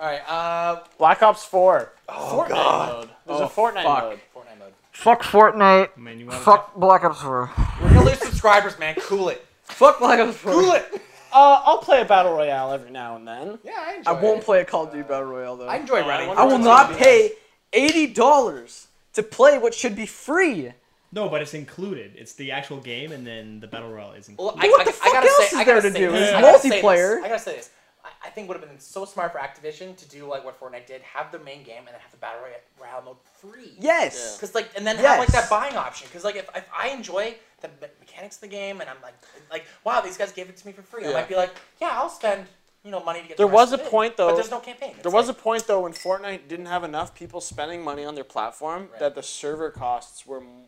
S1: All right. um, Uh,
S2: Black Ops Four.
S1: oh, Fortnite
S2: God. There's
S3: Oh,
S2: a Fortnite
S3: fuck.
S2: mode.
S1: mode. Fortnite mode.
S3: Fuck Fortnite.
S4: I mean, you wanna
S3: Black Ops 4.
S1: We're gonna lose subscribers, man. Cool it.
S3: Fuck Black Ops 4.
S1: Cool it.
S2: Uh, I'll play a battle royale every now and then.
S1: Yeah, I enjoy.
S3: I won't
S1: it.
S3: play a Call of Duty Battle Royale though.
S1: I enjoy
S4: Uh,
S2: I
S1: running.
S2: wonder
S3: I will
S2: It's
S3: not
S2: gonna be
S3: pay eighty dollars to play what should be free.
S4: No, but it's included. It's the actual game, and then the battle royale is included.
S1: Well, I,
S3: What
S1: I,
S3: the
S1: I
S3: fuck
S1: gotta
S3: else
S1: say,
S3: is
S1: I gotta
S3: there to
S1: say
S3: do?
S1: this.
S4: It's
S1: I gotta say
S3: multiplayer.
S1: this. I gotta say this. I, I think would have been so smart for Activision to do like what Fortnite did: have the main game and then have the battle Roy- royale mode free.
S3: Yes.
S1: Cause like, and then have like
S3: Yes.
S1: that buying option. Cause like, if, if I enjoy the me- mechanics of the game, and I'm like, like, wow, these guys gave it to me for free, I
S2: Yeah.
S1: might be like, yeah, I'll spend you know money to get.
S2: There
S1: the rest
S2: was a
S1: of it.
S2: point, though-
S1: But there's no campaign. It's
S2: There was a
S1: like,
S2: point though when Fortnite didn't have enough people spending money on their platform
S1: Right.
S2: that the server costs were m-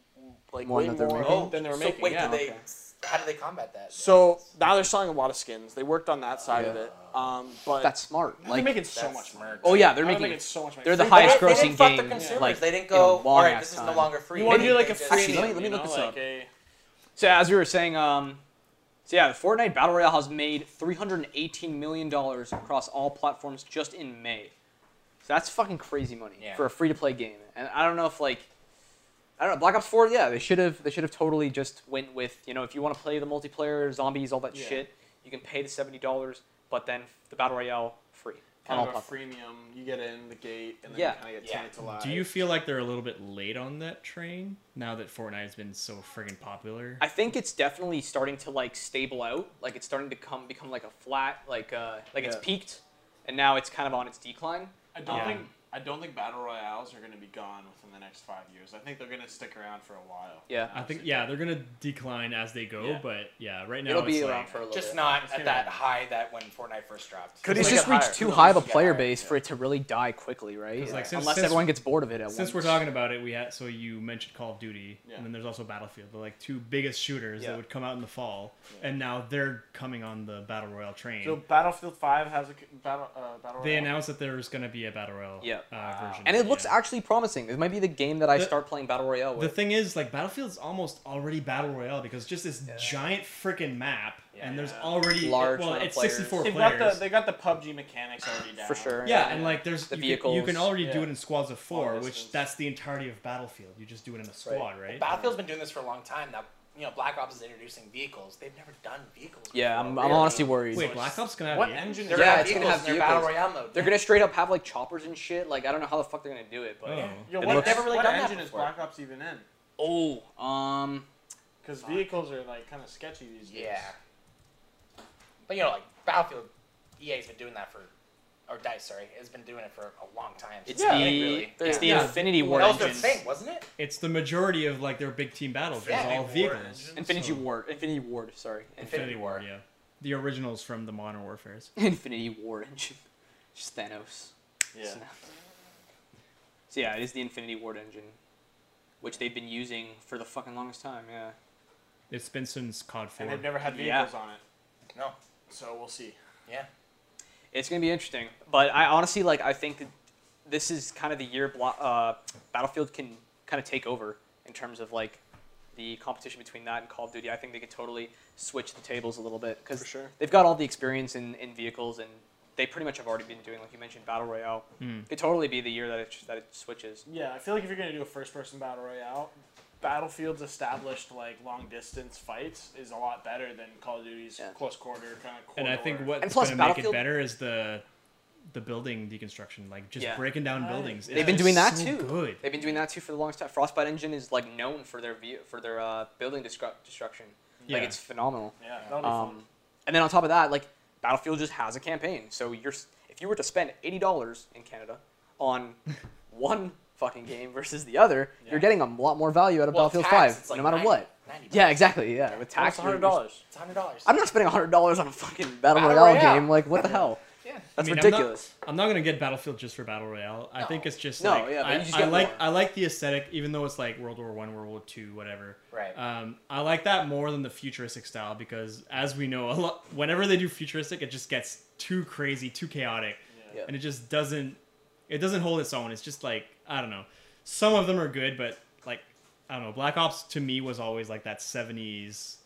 S2: like
S3: More
S2: way
S3: than
S2: more
S3: they're making?
S1: oh,
S2: than they were
S1: so
S2: making.
S1: Wait,
S2: yeah.
S1: did they? How do they combat that?
S2: So now they're selling a lot of skins. They worked on that side of it. Um, but
S3: That's smart.
S2: they're
S3: Like,
S2: making so
S1: That's
S2: much money.
S1: smart.
S3: oh yeah, they're
S2: Now
S3: making.
S2: so much money.
S3: they're the
S2: Free
S1: They
S3: highest
S1: didn't- they
S3: grossing
S1: didn't fuck
S3: game.
S1: their consumers.
S3: Like,
S1: they didn't
S3: in a
S1: go.
S3: long
S1: All right,
S3: ass
S1: this is
S3: time.
S1: no longer free.
S2: You want to
S1: They-
S2: do like
S1: they
S2: a
S1: just-
S2: free?
S3: Actually, let me- let me
S2: you
S3: look
S2: know,
S3: this
S2: like
S3: up.
S2: a-
S3: so as we were saying, um, so yeah, the Fortnite Battle Royale has made three hundred and eighteen million dollars across all platforms just in May. So that's fucking crazy money
S1: Yeah.
S3: for a free to play game. And I don't know if like. I don't know. Black Ops Four, yeah, they should have. They should have totally just went with you know if you want to play the multiplayer, zombies, all that
S2: Yeah.
S3: shit, you can pay the seventy dollars, but then the battle royale free on
S2: kind
S3: all
S2: of a
S3: platforms.
S2: freemium. You get in the gate and then
S3: Yeah.
S2: you kind of get
S1: Yeah.
S2: tanked alive.
S4: Do you feel like they're a little bit late on that train now that Fortnite has been so friggin' popular?
S3: I think it's definitely starting to like stable out. Like it's starting to come become like a flat, like uh, like it's
S2: Yeah.
S3: peaked, and now it's kind of on its decline.
S2: I don't
S4: Yeah.
S2: think I don't think battle royales are going to be gone within the next five years. I think they're going to stick around for a while.
S3: Yeah.
S4: I think yeah, they're gonna decline as they go,
S2: Yeah.
S4: but yeah, right now
S3: It'll be
S4: it's
S3: around
S4: like,
S3: for a little
S1: Just
S3: bit.
S1: not
S4: gonna-
S1: at that high that when Fortnite first dropped.
S3: Could
S1: It's like
S3: it's just
S1: a
S3: reached
S1: higher-
S3: too
S1: it'll
S3: high of a
S1: just get
S3: player
S1: higher.
S3: base for it to really die quickly, right?
S4: 'Cause, like, since-
S3: Unless
S4: since-
S3: everyone gets bored of it at once.
S4: Since we're talking about it, we had so you mentioned Call of Duty,
S2: Yeah.
S4: and then there's also Battlefield, the like two biggest shooters
S2: Yeah.
S4: that would come out in the fall, and now they're coming on the battle royale train.
S2: So Battlefield Five has a c- battle uh, battle.
S4: they
S2: royale.
S4: announced that there's gonna be a battle royale
S3: Yeah.
S4: uh, version,
S3: and it looks
S4: yeah.
S3: actually promising. This might be the game that I
S4: The-
S3: start playing battle royale
S4: The
S3: with.
S4: thing is, like Battlefield's almost already battle royale because just this giant freaking map, and there's
S2: Yeah.
S4: already
S3: Large
S4: Well,
S3: amount of
S4: it's 64
S2: They've
S4: players.
S2: got the they got the PUBG mechanics already down.
S3: for sure.
S4: Yeah, and like there's
S3: The
S4: you can- you can
S3: vehicles.
S4: already do
S2: Yeah.
S4: it in squads of four,
S2: Long
S4: which
S2: distance.
S4: that's the entirety of Battlefield. You just do it in a squad, right?
S1: Battlefield's been doing this for a long time now. You know, Black Ops is introducing vehicles. They've never done vehicles.
S3: Yeah,
S1: before,
S3: I'm, I'm
S1: really.
S3: honestly worried.
S4: Wait, Black Ops gonna have
S2: What
S4: the
S2: engine?
S1: They're
S3: Yeah,
S1: gonna have
S3: it's gonna
S1: vehicles
S3: have
S1: in their battle
S3: vehicles.
S1: royale mode.
S3: They're gonna straight up have like choppers and shit. Like I don't know how the fuck they're gonna do it, but
S4: Oh.
S2: Yo,
S3: It
S2: what
S3: looks-
S2: never
S1: Never really
S2: really what
S1: done that
S2: engine is
S1: before.
S2: Black Ops even in?
S3: oh, um,
S2: Because vehicles are like kind of sketchy these days.
S1: Yeah. But you know, like Battlefield, EA's been doing that for, or Dice, sorry, has been doing it for a long time.
S3: it's
S2: Yeah,
S1: like,
S3: the
S1: really.
S3: it's the
S4: Yeah.
S3: Infinity War
S1: that was their
S3: engine.
S1: thing, wasn't it?
S4: It's the majority of like their big team battles.
S1: Yeah,
S4: Yeah, all
S1: big war
S4: vehicles.
S1: engine.
S3: Infinity
S4: So-
S3: Ward. Infinity Ward. Sorry.
S1: Infinity War.
S4: Yeah, the originals from the Modern Warfare's.
S3: *laughs* Infinity War engine. Just Thanos.
S2: Yeah.
S3: *laughs* So yeah, it is the Infinity Ward engine, which they've been using for the fucking longest time. Yeah.
S4: It's been since COD Four.
S2: And they've never had
S3: Yeah.
S2: vehicles on it.
S1: No.
S2: So we'll see.
S1: Yeah.
S3: It's gonna be interesting, but I honestly like. I think that this is kind of the year blo- uh, Battlefield can kind of take over in terms of like the competition between that and Call of Duty, I think they could totally switch the tables a little bit
S2: For
S3: because
S2: sure.
S3: they've got all the experience in, in vehicles and they pretty much have already been doing, like you mentioned, Battle Royale.
S4: Hmm.
S3: It could totally be the year that it, that it switches.
S5: Yeah, I feel like if you're gonna do a first-person battle royale, Battlefield's established like long-distance fights is a lot better than Call of Duty's
S3: Yeah.
S5: close quarter kind of.
S4: And I think
S3: And
S4: what's
S3: plus
S4: going to make it
S3: Battlefield-
S4: better is the the building deconstruction, like just
S3: Yeah.
S4: breaking down
S5: Right.
S4: buildings. It's
S3: They've been
S4: just
S3: doing that
S4: so
S3: too.
S4: Good.
S3: They've been doing that too for the longest time. Frostbite Engine is like known for their view, for their uh, building destru- destruction.
S4: Yeah.
S3: Like it's phenomenal.
S5: yeah, that'll be fun.
S3: Um, and then on top of that, like Battlefield just has a campaign. So you're s- if you were to spend eighty dollars in Canada
S4: *laughs*
S3: on one fucking game versus the other,
S5: Yeah.
S3: you're getting a lot more value out of
S1: Well,
S3: Battlefield
S1: tax,
S3: Five,
S1: it's like
S3: no matter
S1: 90
S3: what.
S1: 90
S3: Yeah, exactly. Yeah, with tax,
S2: Tax
S3: you're-
S2: hundred dollars.
S1: It's hundred dollars.
S3: I'm not spending hundred dollars on a fucking battle
S1: Battle
S3: royale,
S1: Royale.
S3: game. Like, what the hell?
S1: Yeah.
S3: *laughs* That's
S4: mean, I'm not-
S3: ridiculous.
S4: I'm not gonna get Battlefield just for Battle Royale. I
S1: No.
S4: think it's just
S3: No,
S4: like
S3: yeah, but
S4: I,
S3: you just
S4: I
S3: get
S4: like
S3: more.
S4: I like the aesthetic, even though it's like World War One, World War Two, whatever.
S1: Right.
S4: Um, I like that more than the futuristic style because, as we know, a lot whenever they do futuristic, it just gets too crazy, too chaotic,
S3: Yeah.
S4: and it just doesn't it doesn't hold its own. It's just like I don't know. Some of them are good, but like I don't know. Black Ops to me was always like that '70s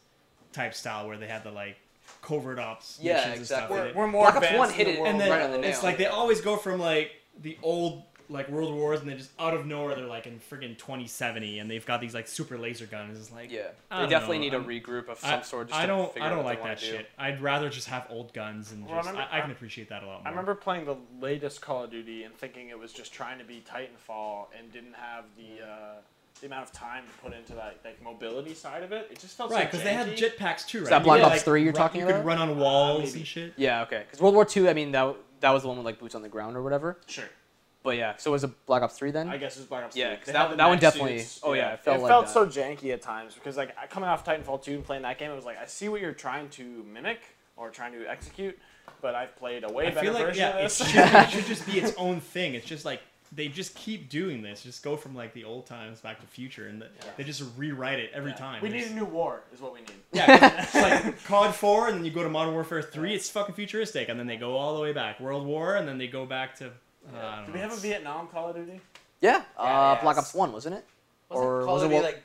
S4: type style where they had the like covert ops
S3: Yeah,
S4: missions
S3: exactly.
S4: and
S5: We're,
S4: stuff.
S5: we're more
S3: Black Ops
S5: advanced
S3: one
S5: in
S3: hit
S5: the
S3: it
S5: world
S4: and
S3: World
S4: then
S3: right on the
S4: it's
S3: nail.
S4: like they always go from like the old like world wars and they just out of nowhere they're like in friggin' 2070 and they've got these like super laser guns it's like
S3: Yeah,
S4: I
S3: they
S4: don't
S3: definitely
S4: know.
S3: need a
S4: I'm-
S3: regroup of some
S4: I,
S3: sort. Just
S4: I
S3: to
S4: don't
S3: figure
S4: I
S3: out
S4: don't
S3: what they
S4: like
S3: wanna
S4: that
S3: do.
S4: shit I'd rather just have old guns and
S5: Well, I
S4: just
S5: remember-
S4: I, I can
S5: I-
S4: appreciate that a lot more
S5: I remember playing the latest Call of Duty and thinking it was just trying to be Titanfall and didn't have the uh, the amount of time to put into that like mobility side of it. It just felt
S4: right
S5: because
S4: because they had jetpacks too right
S3: that
S4: You
S3: Black
S4: could,
S3: Ops 3 you're
S4: run-
S3: talking
S4: you
S3: about? Ah,
S4: could run on walls
S5: maybe.
S4: and shit
S3: Yeah, okay. Because World War Two, I mean, that w- that was the one with like boots on the ground or whatever.
S5: Sure,
S3: But yeah, so was it Black Ops Three *laughs* then?
S5: I guess it was Black Ops.
S3: Yeah,
S5: three.
S3: 'cause
S5: They
S3: that-
S5: had the
S3: that one
S5: mech
S3: definitely-
S5: suits.
S3: oh, yeah, it felt
S5: it
S3: like
S5: felt
S3: that.
S5: so janky at times because like I- coming off Titanfall two and playing that game, it was like I see what you're trying to mimic or trying to execute, but I've played a way
S4: I
S5: better
S4: feel like
S5: version
S4: yeah it
S5: of
S4: should,
S5: this. *laughs*
S3: *laughs*
S4: it should just be its own thing it's just like they just keep doing this just go from like the old times back to future and the, they just rewrite it every time
S5: we
S4: There's-
S5: need a new war, is what we need.
S3: *laughs*
S4: Yeah, 'cause it's like COD 4, and then you go to Modern Warfare 3, it's fucking futuristic, and then they go all the way back. World War, and then they go back to. Uh, I don't
S5: Did
S4: know,
S5: we have a
S4: it's-
S5: Vietnam Call of Duty?
S3: Yeah, uh,
S1: yeah,
S3: Black
S1: it's-
S3: Ops One, wasn't it?
S1: Wasn't
S3: Or
S1: Call
S3: was
S1: of
S3: it
S1: Duty,
S3: World-
S1: like,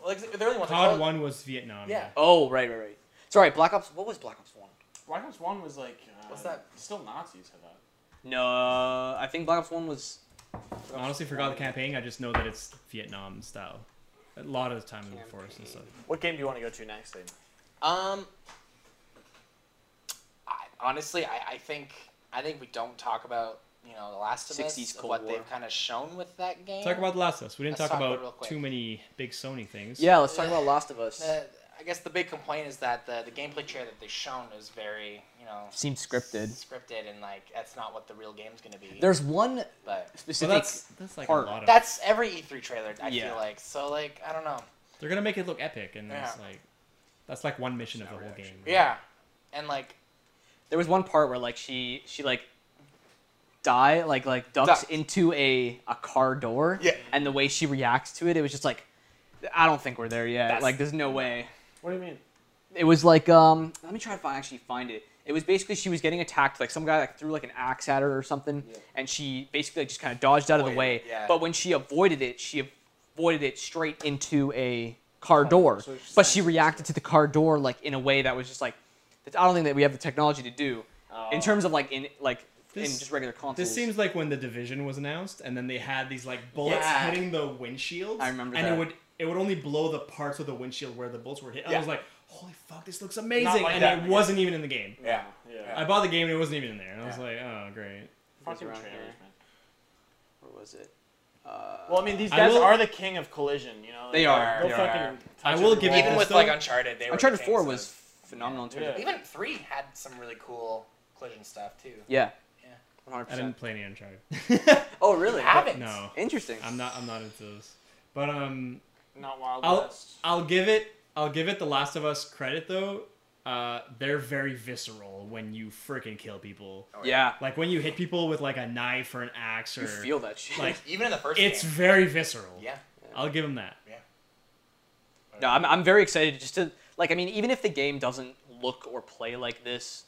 S1: well, like they're the only ones. like, Call
S4: COD
S1: of-
S4: 1 was Vietnam.
S1: Yeah.
S3: Oh, right, right, right. Sorry, Black Ops. What was Black Ops One?
S5: Black Ops one was like uh,
S1: What's that?
S5: Still Nazis, I thought.
S3: No, I think Black Ops One was.
S4: I honestly forgot the campaign, I just know that it's Vietnam style. A lot of the time in the forest and stuff.
S5: What game do you want to go to next, Aiden?
S1: Um, I, honestly, I, I think I think we don't talk about you know the Last of Us
S3: 60s
S1: of
S3: Cold
S1: what
S3: War.
S1: they've kind of shown with that game.
S4: Talk about The Last of Us. We didn't
S1: Let's
S4: talk
S1: talk about it
S4: about,
S1: real quick.
S4: too many big Sony things.
S3: Yeah, let's talk about Last of Us.
S1: the, I guess the big complaint is that the the gameplay trailer that they've shown is very you know
S3: Seemed scripted.
S1: scripted and like that's not what the real game's gonna be.
S3: There's one
S1: but
S4: Well,
S3: specific.
S4: that's, that's like a
S3: part.
S4: lot of.
S1: that's every E3 trailer. I
S3: Yeah.
S1: feel like so like I don't know.
S4: They're going to make it look epic, and it's
S1: Yeah.
S4: like. That's like one mission of the
S5: No
S4: whole
S5: reaction.
S4: game.
S1: Yeah, and like
S3: There was one part where like she she like die like like ducks
S1: Ducks.
S3: into a a car door.
S1: Yeah.
S3: And the way she reacts to it, it was just like, I don't think we're there yet.
S1: That's-
S3: like, there's no way.
S5: What do you mean?
S3: it was like um let me try to find, actually find it it was basically she was getting attacked like some guy like threw like an axe at her or something
S5: Yeah.
S3: and she basically like, just kind of dodged out of the way
S1: Avoided it, yeah.
S3: but when she avoided it she avoided it straight into a car door
S5: so it's just
S3: but
S5: like-
S3: she reacted to the car door like in a way that was just like i don't think that we have the technology to do
S1: Uh,
S3: in terms of like in like in
S4: This-
S3: just regular consoles
S4: This seems like when the division was announced, and then they had these like bullets
S3: Yeah.
S4: hitting the windshields.
S3: I remember
S4: and
S3: that.
S4: it would it would only blow the parts of the windshield where the bullets were hit. I
S5: Yeah.
S4: was like, holy fuck, this looks amazing,
S5: like
S4: and
S5: that
S4: it
S5: in the
S4: wasn't even in the game.
S1: yeah.
S5: Yeah.
S4: I bought the game and it wasn't even in there. And I was
S5: Yeah.
S4: like, oh great.
S5: Fucking
S3: around
S5: trailers,
S3: here.
S5: man.
S3: where was it uh,
S5: Well, I mean, these
S4: I
S5: guys
S4: will-
S5: are the king of collision. You know,
S3: They
S5: Like,
S3: are,
S5: they'll
S1: they
S5: fucking
S1: are.
S5: touch
S4: I will give
S5: everyone.
S4: it
S1: Even
S4: this
S1: with
S4: though-
S1: like Uncharted, they were
S3: uncharted
S1: the
S3: 4
S1: kings
S3: was
S1: of-
S3: phenomenal in terms of
S5: Yeah.
S1: Even three had some really cool collision stuff too.
S3: yeah
S1: Yeah.
S3: 100%.
S4: I didn't play
S3: *laughs*
S4: any Uncharted.
S3: oh really
S1: Haven't.
S4: no,
S3: interesting
S4: I'm not. I'm not into those. But um,
S5: Not Wild
S4: I'll
S5: West.
S4: I'll give it I'll give it The Last of Us credit though. Uh, they're very visceral when you freaking kill people.
S3: Oh, yeah
S4: Like when you hit people with like a knife or an axe or
S3: you feel that shit
S4: like
S1: Even in the first
S4: It's
S1: game.
S4: very visceral.
S1: Yeah.
S4: I'll give him that.
S3: No, I'm, I'm very excited just to like I mean even if the game doesn't look or play like this,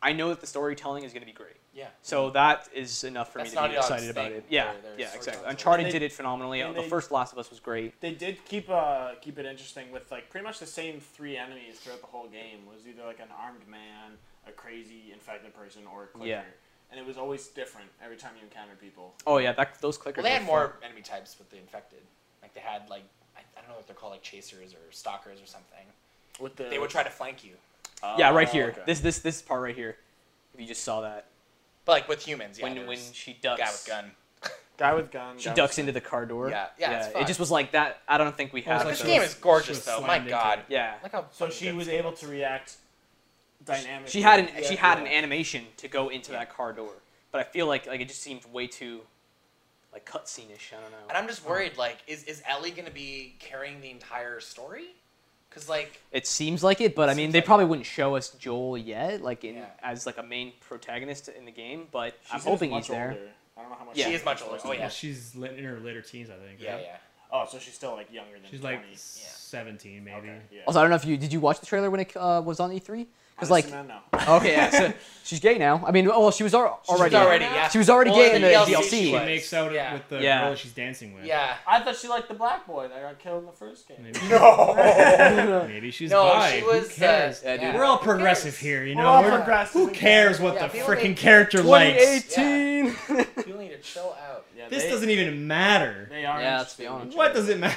S3: I know that the storytelling is going to be great.
S1: Yeah.
S3: So that is enough for
S1: That's
S3: me to
S1: Naughty
S3: be
S1: Dog's
S3: excited about
S1: thing,
S3: it. Yeah,
S1: where there's
S3: yeah,
S1: sort of
S3: exactly.
S1: a-
S3: Uncharted
S2: They-
S3: did it phenomenally.
S2: and
S3: the
S2: they-
S3: first Last of Us was great.
S2: They did keep uh, keep it interesting with like pretty much the same three enemies throughout the whole game. It was either like an armed man, a crazy infected person, or a clicker.
S3: Yeah.
S2: And it was always different every time you encountered people.
S3: Oh yeah, that those clickers.
S1: Well, they
S3: were
S1: had
S3: fun.
S1: more enemy types with the infected. Like they had like I, I don't know what they're called, like chasers or stalkers or something.
S2: With the
S1: They would try to flank you,
S3: Yeah, right
S2: Oh,
S3: here.
S2: okay.
S3: This this this part right here. If you just saw that
S1: but like with humans. Yeah,
S3: when
S1: there
S3: when
S1: was
S3: she
S1: guy
S3: ducks,
S1: with gun.
S2: guy with gun.
S3: she
S2: guy
S3: ducks
S2: with-
S3: into the car door.
S1: Yeah, yeah, it's fun.
S3: It just was like that. I don't think we
S4: Well,
S3: have.
S4: it's
S1: This
S4: like
S3: those.
S1: game is gorgeous
S4: she was
S1: though. My
S4: slammed into
S1: God.
S4: it.
S3: Yeah.
S1: Look how.
S2: So
S1: fucking
S2: she
S1: good
S2: was
S1: this game
S2: able
S1: is.
S2: to react dynamically.
S3: She had an
S2: Yeah,
S3: she had
S2: yeah.
S3: an animation to go into that car door, but I feel like like it just seemed way too like cutscene-ish. I don't know.
S1: And I'm
S4: Oh.
S1: just worried. Like, is is Ellie gonna be carrying the entire story? Because like,
S3: It seems like it, but I mean,
S1: Seems
S3: they
S1: like
S3: probably wouldn't show us Joel yet, like in
S1: Yeah.
S3: as like a main protagonist in the game. But
S2: She
S3: I'm
S2: seems
S3: hoping
S2: much
S3: he's there.
S2: older. I don't know how much.
S3: Yeah.
S1: She is much older. Oh, yeah.
S4: Well, she's li- in her later teens, I think.
S1: yeah,
S4: right?
S1: yeah.
S2: Oh, so she's still like younger than.
S4: She's
S2: 20.
S4: like seventeen, maybe.
S2: Okay, yeah.
S3: Also, I don't know if you did you watch the trailer when it uh, was on E3? Because like,
S2: Honestly, man, no.
S3: *laughs* okay, yeah, so she's gay now. I mean, oh, well, she was al- already.
S1: already, yeah.
S3: She was already
S1: Well,
S3: gay in
S1: in
S3: the
S1: the
S3: DLC.
S1: DLC,
S4: She
S1: was.
S4: makes out
S1: Yeah.
S4: with the
S3: Yeah.
S4: girl she's dancing with.
S1: Yeah.
S2: *laughs* I thought she liked the black boy that got killed in the first game.
S1: *laughs*
S4: Maybe,
S1: No.
S4: *laughs* maybe she's
S1: No,
S4: bi.
S1: she was.
S4: Who cares?
S1: Uh,
S3: Yeah, dude.
S1: yeah.
S4: We're all
S1: Who
S4: progressive
S1: cares?
S4: here, you
S2: We're
S4: know.
S2: all
S4: We're-
S2: progressive.
S4: who cares what
S1: Yeah,
S4: the
S1: people
S4: freaking
S1: think-
S4: character likes?
S3: 2018.
S1: People need to chill out.
S3: *laughs*
S2: Yeah,
S4: This
S2: they-
S4: doesn't even matter.
S2: They are.
S3: Yeah, let's be
S2: interesting.
S3: honest.
S2: *laughs*
S4: What does it *laughs* matter?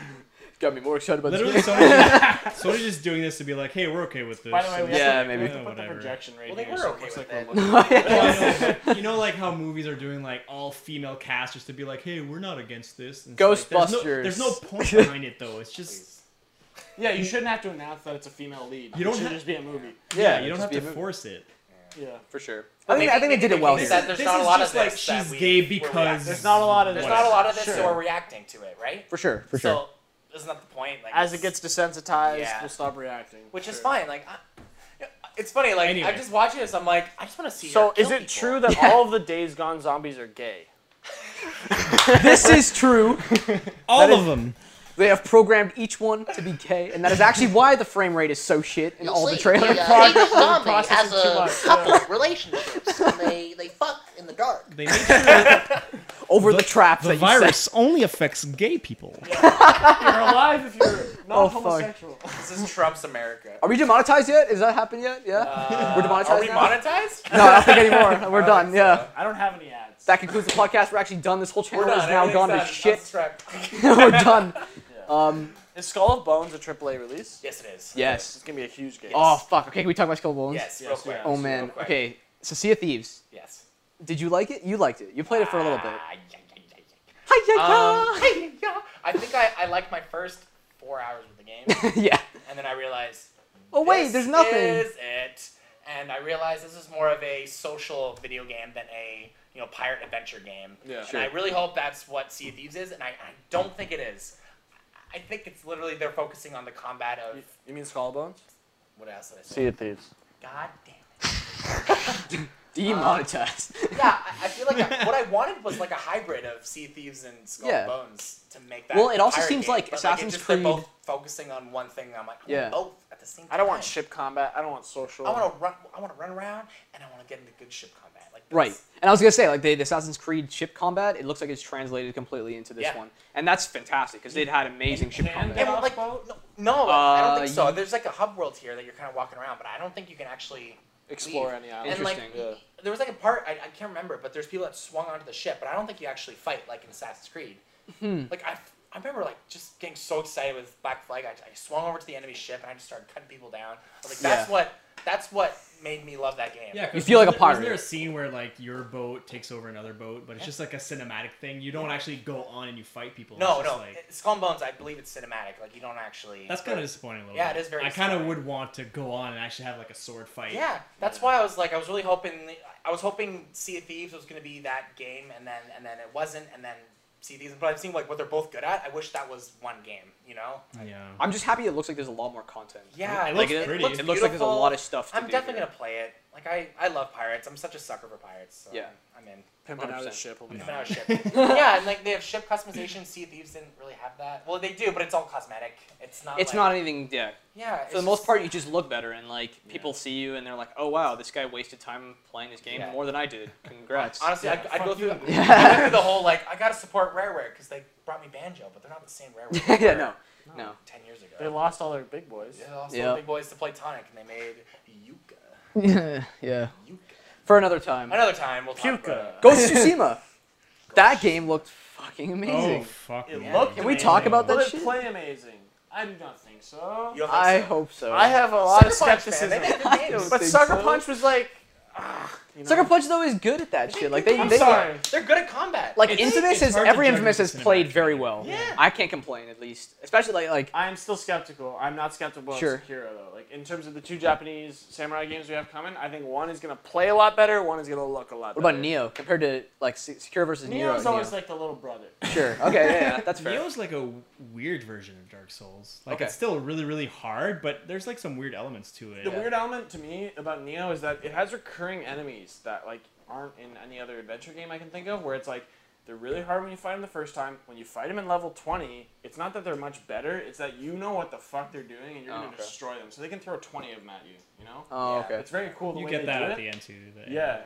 S3: *laughs*
S1: *laughs*
S3: Got me more excited about
S4: Literally,
S3: this.
S4: Sony's just, Sony's just doing this to be like, hey, we're okay with this.
S2: By the way, we
S4: and-
S3: Yeah,
S2: have to,
S3: maybe.
S2: we have to
S4: Yeah,
S2: put the
S4: whatever.
S2: projection right
S1: Well, they
S2: here.
S1: were
S2: so it
S1: okay
S2: looks
S1: with that.
S2: like we're looking-
S3: *laughs*
S4: Well, I know, you know, like how movies are doing like all female cast just to be like, hey, we're not against this. And it's like,
S3: Ghostbusters.
S4: there's, no, there's no
S3: *laughs*
S4: point behind it though. It's
S1: Please.
S4: just
S2: Yeah, you shouldn't have to announce that it's a female lead.
S4: You don't
S2: It should
S4: have-
S2: just be a movie.
S4: yeah, you
S3: it'd
S4: don't
S3: just
S4: have
S3: be
S4: to
S3: a movie.
S4: force it.
S2: Yeah.
S3: for sure.
S1: But
S3: I
S1: maybe-
S3: think I think they
S1: maybe
S3: did it well
S1: can
S3: here.
S1: say that there's
S4: This
S1: not a
S4: is
S1: lot of
S4: just like
S1: this that
S4: she's
S1: we-
S4: gay
S1: we're reacting-
S4: because
S2: There's not a lot of
S1: There's
S2: this.
S1: not a lot of this, so
S2: Sure.
S1: we're reacting to it, right?
S3: For sure, for sure.
S1: So isn't that the point? Like,
S2: As it
S1: it's-
S2: gets desensitized,
S1: Yeah.
S2: we'll stop reacting.
S1: which is
S2: Sure.
S1: fine. Like, I, it's funny. Like,
S4: Anyway.
S1: I'm just watching this. I'm like, I just want to see.
S5: So
S1: her kill
S5: is it
S1: people.
S5: true that all of the Days Gone zombies are gay?
S3: this is true.
S4: All
S3: That
S4: of
S3: is-
S4: them.
S3: They have programmed each one to be gay, and that is actually why the frame rate is so shit in all the trailers.
S6: zombie has
S2: too
S6: a
S2: much,
S6: couple of relationships, and they, they fuck in the dark.
S3: *laughs*
S4: They make sure
S3: Over the, trap
S4: the
S3: that you set.
S4: virus only affects gay people.
S2: You're alive if you're
S3: Oh,
S2: not
S3: fuck.
S2: homosexual.
S1: This is Trump's America. Uh,
S3: Are we demonetized yet? Has that happened yet? Yeah. *laughs* We're demonetized.
S1: Are we
S3: now?
S1: monetized?
S3: no, I don't think anymore. We're
S1: I
S3: done.
S1: think
S3: Yeah.
S1: so.
S2: I don't have any ads.
S3: That concludes the podcast. We're actually done. This whole channel
S1: We're
S3: is
S1: done.
S3: now gone to
S1: Everything's
S3: shit.
S1: done. Unsubscribe. *laughs*
S3: *laughs* We're done. Um,
S5: Is Skull of Bones a AAA release?
S1: yes, it is.
S3: yes.
S5: It's gonna be a huge game.
S3: Oh fuck. Okay, can we talk about Skull Bones?
S1: Yes. Real
S2: Yes,
S1: quick.
S2: yeah.
S3: Oh man.
S1: Real quick.
S3: Okay. So Sea of Thieves.
S1: Yes.
S3: Did you like it? You liked it. You played it for a
S1: *sighs*
S3: little bit.
S1: Ah, yeah, yeah, yeah, yeah.
S3: *laughs* Hi-ya-ya.
S1: Um, yeah. I think I, I liked my first four hours of the
S3: *laughs*
S1: game,
S3: Um, yeah.
S1: and then I realized.
S3: Oh wait,
S1: this
S3: there's nothing.
S1: Is it? And I realized this is more of a social video game than a you know pirate adventure game.
S2: Yeah.
S1: And I really hope that's what Sea of Thieves is, and I, I don't think it is. I think it's literally they're focusing on the combat of
S2: You, you mean Skull of Bones?
S1: what else did I say?
S5: Sea of Thieves.
S1: God damn it.
S3: Demonetized.
S1: Yeah, I, I feel like I, what I wanted was like a hybrid of Sea of Thieves and Skull
S3: Yeah.
S1: and Bones to make that.
S3: Well, it also
S1: pirate
S3: seems
S1: game,
S3: like
S1: but, it's
S3: Assassin's
S1: just
S3: Creed-
S1: They're both focusing on one thing. and I'm like, I
S3: Yeah.
S1: want both at the same time.
S5: I don't want ship combat. I don't want social.
S1: I want to run. I want to run around, and I want to get into good ship combat. Like
S3: Right.
S1: that's-
S3: And I was gonna say, like the, the Assassin's Creed ship combat, it looks like it's translated completely into this
S1: Yeah.
S3: one, and that's fantastic because they'd had amazing ship
S2: can
S3: combat.
S1: Yeah, well,
S2: Off
S1: like, no,
S2: boat?
S1: no, I don't think
S3: Uh,
S1: so.
S3: you-
S1: There's like a hub world here that you're kind of walking around, but I don't think you can actually
S2: Explore
S1: leave.
S2: any island.
S1: And like,
S3: Interesting.
S1: there was like a part I, I can't remember, but there's people that swung onto the ship, but I don't think you actually fight like in Assassin's Creed.
S4: Hmm.
S1: Like I, I remember like just getting so excited with Black Flag. I, I swung over to the enemy ship and I just started cutting people down. I was like, that's
S3: Yeah.
S1: what that's what made me love that game.
S4: Yeah,
S3: You feel like a
S4: Is
S3: pirate.
S4: there a scene where like your boat takes over another boat, but it's just like a cinematic thing? You don't actually go on and you fight people.
S1: No,
S4: It's just
S1: no,
S4: like-
S1: it- Skull and Bones. I believe it's cinematic. Like you don't actually.
S4: that's kind of disappointing a little.
S1: Yeah,
S4: bit.
S1: it is very
S4: I kind of
S1: disappointing.
S4: would want to go on and actually have like a sword fight.
S1: Yeah, that's why I was like, I was really hoping, I was hoping Sea of Thieves was gonna be that game, and then and then it wasn't, and then Sea of Thieves. But I've seen like what they're both good at. I wish that was one game, you know.
S4: Yeah.
S3: I'm just happy it looks like there's a lot more content.
S1: Yeah,
S4: It
S1: like,
S4: looks pretty.
S1: looks
S3: It looks like there's a
S1: beautiful.
S3: lot of stuff. To
S1: I'm
S3: do
S1: definitely
S3: here.
S1: gonna play it. Like I, I love pirates. I'm such a sucker for pirates. So
S3: Yeah.
S1: I'm
S2: *laughs*
S1: in.
S2: Pimping out
S3: 100%.
S2: his ship will be
S1: Even
S2: fine.
S1: out
S2: *laughs*
S1: ship. yeah, and like they have ship customization. Sea of Thieves didn't really have that. Well, they do, but it's all cosmetic. It's not.
S3: It's
S1: like-
S3: not anything. Yeah,
S1: Yeah.
S3: for the most part, you just look better, and like people see you, and they're like, "Oh wow, this guy wasted time playing this game
S1: Yeah.
S3: more than I did. Congrats." *laughs*
S1: Honestly,
S2: Yeah,
S1: I, I'd go
S2: fuck
S1: through,
S2: you.
S1: the,
S2: *laughs*
S1: I'd go through the whole like I gotta support Rareware because they brought me Banjo, but they're not the same Rareware. they
S3: *laughs* yeah,
S1: were
S3: no, no.
S1: Ten years ago.
S2: They lost all their big boys.
S1: They lost
S3: Yeah.
S1: the big boys to play Tonic, and they made Yuka.
S3: yeah, yeah.
S1: Yuka.
S3: For another time.
S1: Another time we'll talk
S2: Puka.
S1: about it.
S3: Ghost of Tsushima. that game looked fucking amazing.
S4: Oh fuck.
S2: It
S4: man.
S2: looked
S3: Can we talk
S2: amazing.
S3: about that
S2: Will it
S3: shit?
S2: play amazing? I do not think so.
S1: You don't think
S3: I
S1: so?
S3: hope so.
S2: I have a
S1: Sucker
S2: lot of
S1: Punch,
S2: skepticism.
S1: Man. They make good games.
S2: But
S3: think
S2: Sucker
S3: so.
S2: Punch was like, ah, you know.
S3: Sucker Punch though is good at that shit. Like they,
S2: I'm
S3: they
S2: sorry.
S1: They're good at combat.
S3: like
S4: It's-
S3: Infamous
S4: it's
S3: is
S4: hard to
S3: every
S4: judge
S3: Infamous
S4: with
S3: has
S4: the
S3: played
S4: cinematic
S3: very
S4: trailer.
S3: well.
S1: Yeah.
S3: I can't complain at least, especially like like
S2: I'm still skeptical. I'm not skeptical of
S3: Sure.
S2: Sekiro though. Like in terms of the two Japanese samurai games we have coming, I think one is gonna play a lot better. One is gonna look a lot.
S3: what about
S2: better.
S3: Neo compared to like Se- Sekiro versus Neo?
S2: Neo's
S3: Neo.
S2: always like the little brother.
S4: *laughs*
S3: sure. Okay, yeah, yeah, that's fair.
S4: Neo's like a w- weird version of Dark Souls. Like
S3: Okay.
S4: it's still really, really hard, but there's like some weird elements to it.
S2: The weird element to me about Neo is that it has recurring enemies that like aren't in any other adventure game I can think of. Where it's like they're really hard when you fight them the first time. When you fight them in level twenty, it's not that they're much better. It's that you know what the fuck they're doing and you're
S3: Oh,
S2: gonna
S3: okay.
S2: destroy them. So they can throw twenty of them at you. You know.
S3: Oh,
S1: Yeah,
S3: okay.
S2: It's very cool. The
S4: You
S2: way
S4: get
S2: they
S4: that
S2: do
S4: at
S2: it.
S4: the end too. but-
S2: Yeah.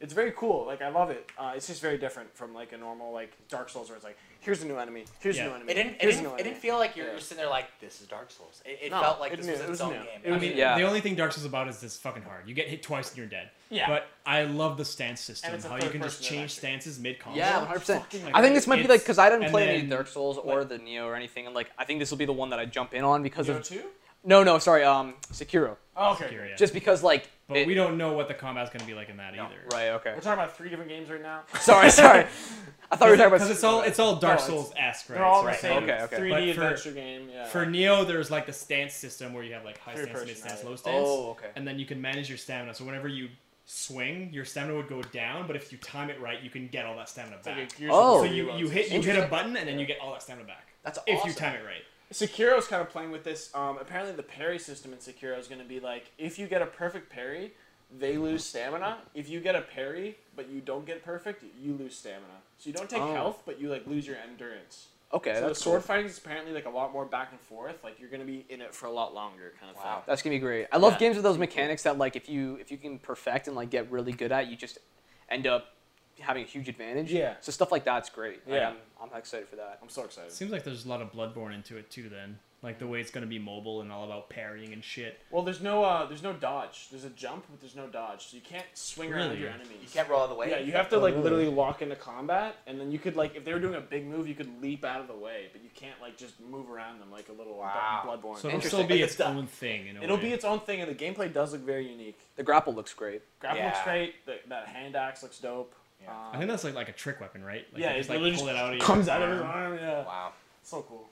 S2: It's very cool. Like I love it. Uh, it's just very different from like a normal like Dark Souls where it's like here's a new enemy, here's
S4: Yeah.
S2: a new enemy,
S1: It didn't. It
S2: here's a
S1: didn't,
S2: new
S1: it
S2: enemy.
S1: didn't feel like you're,
S2: Yeah.
S1: you're sitting there like this is Dark Souls. It, it
S2: No,
S1: felt like
S2: it
S1: this
S2: knew-
S1: was
S2: it
S1: its
S2: was
S1: own
S2: new.
S1: game.
S2: It was
S1: I mean,
S2: new.
S3: Yeah.
S4: The only thing Dark Souls is about is it's fucking hard. You get hit twice and you're dead.
S2: Yeah.
S4: But I love the stance
S2: And
S4: system.
S2: it's a
S4: How you
S2: third
S4: can just
S2: person
S4: change
S2: action.
S4: stances mid combo.
S3: Yeah, 100. percent
S2: Fucking
S3: I think this might be like
S4: it's-
S3: because I didn't
S4: and
S3: play any
S4: then-
S3: Dark Souls or the Neo or anything, and like I think this will be the one that I jump in on because
S2: Neo
S3: of
S2: two.
S3: no, no, sorry, um, Sekiro.
S2: Oh, okay.
S4: Here, yeah.
S3: Just because like
S4: but
S3: it-
S4: we don't know what the combat's gonna be like in that
S2: No,
S4: either.
S3: right, okay. *laughs*
S2: We're talking about three different games right now.
S3: sorry,
S4: *laughs*
S3: sorry. I thought we were talking about
S4: Because it's all it's all Dark
S2: No, it's-
S4: Souls esque, right?
S2: They're all
S4: So
S2: the
S4: it's
S2: same.
S4: like-
S3: Okay, okay.
S2: 3D
S4: But for-
S2: adventure game. Yeah.
S4: For Neo, there's like the stance system where you have like high
S2: Third
S4: stance,
S2: person,
S4: mid stance,
S2: right.
S4: low stance,
S3: Oh, okay.
S4: and then you can manage your stamina. So whenever you swing, your stamina would go down, but if you time it right, you can get all that stamina
S2: It's like
S4: back.
S2: a Gears
S3: Oh.
S2: of War
S4: so you,
S2: reloads.
S4: you hit you hit a
S3: Interesting.
S4: button and then you get all that stamina back.
S3: That's
S4: if you
S3: awesome.
S4: time it right.
S2: Sekiro's kind of playing with this. Um, apparently, the parry system in Sekiro is going to be like if you get a perfect parry, they lose stamina. If you get a parry but you don't get perfect, you lose stamina. So you don't take
S3: Oh.
S2: health, but you like lose your endurance.
S3: Okay,
S2: so the
S3: that's
S2: sword
S3: cool.
S2: fighting is apparently like a lot more back and forth. Like you're gonna be in it for a lot longer, kind of
S1: Wow.
S2: thing.
S3: That's gonna be great. I love
S2: Yeah.
S3: games with those mechanics that like if you if you can perfect and like get really good at, you just end up having a huge advantage.
S2: Yeah.
S3: So stuff like that's great. Like,
S2: Yeah.
S3: I'm, I'm excited for that.
S2: I'm so excited.
S4: Seems like there's a lot of Bloodborne into it too. Then like the way it's gonna be mobile and all about parrying and shit.
S2: Well, there's no uh, there's no dodge. There's a jump, but there's no dodge. So you can't swing around
S4: Really?
S2: your enemies.
S1: You can't roll out of the way.
S2: Yeah, you have to like
S3: really?
S2: literally lock into combat, and then you could like if they were doing a big move, you could leap out of the way, but you can't like just move around them like a little
S1: Wow.
S2: bu- bloodborne.
S4: So it'll
S3: Interesting.
S4: still be
S2: Like,
S4: its
S2: it's
S4: own thing. In a
S2: It'll
S4: way.
S2: be its own thing, and the gameplay does look very unique.
S3: The grapple looks great.
S2: Grapple looks
S1: Yeah.
S2: great. The, that hand axe looks dope.
S1: Yeah.
S2: Um,
S4: I think that's like like a trick weapon, right? Like,
S2: yeah,
S4: you
S2: it
S4: just like pull
S2: literally
S4: it out of your
S2: comes out of his
S4: arm.
S2: arm. Yeah,
S1: Wow.
S2: so
S4: *laughs*
S2: cool.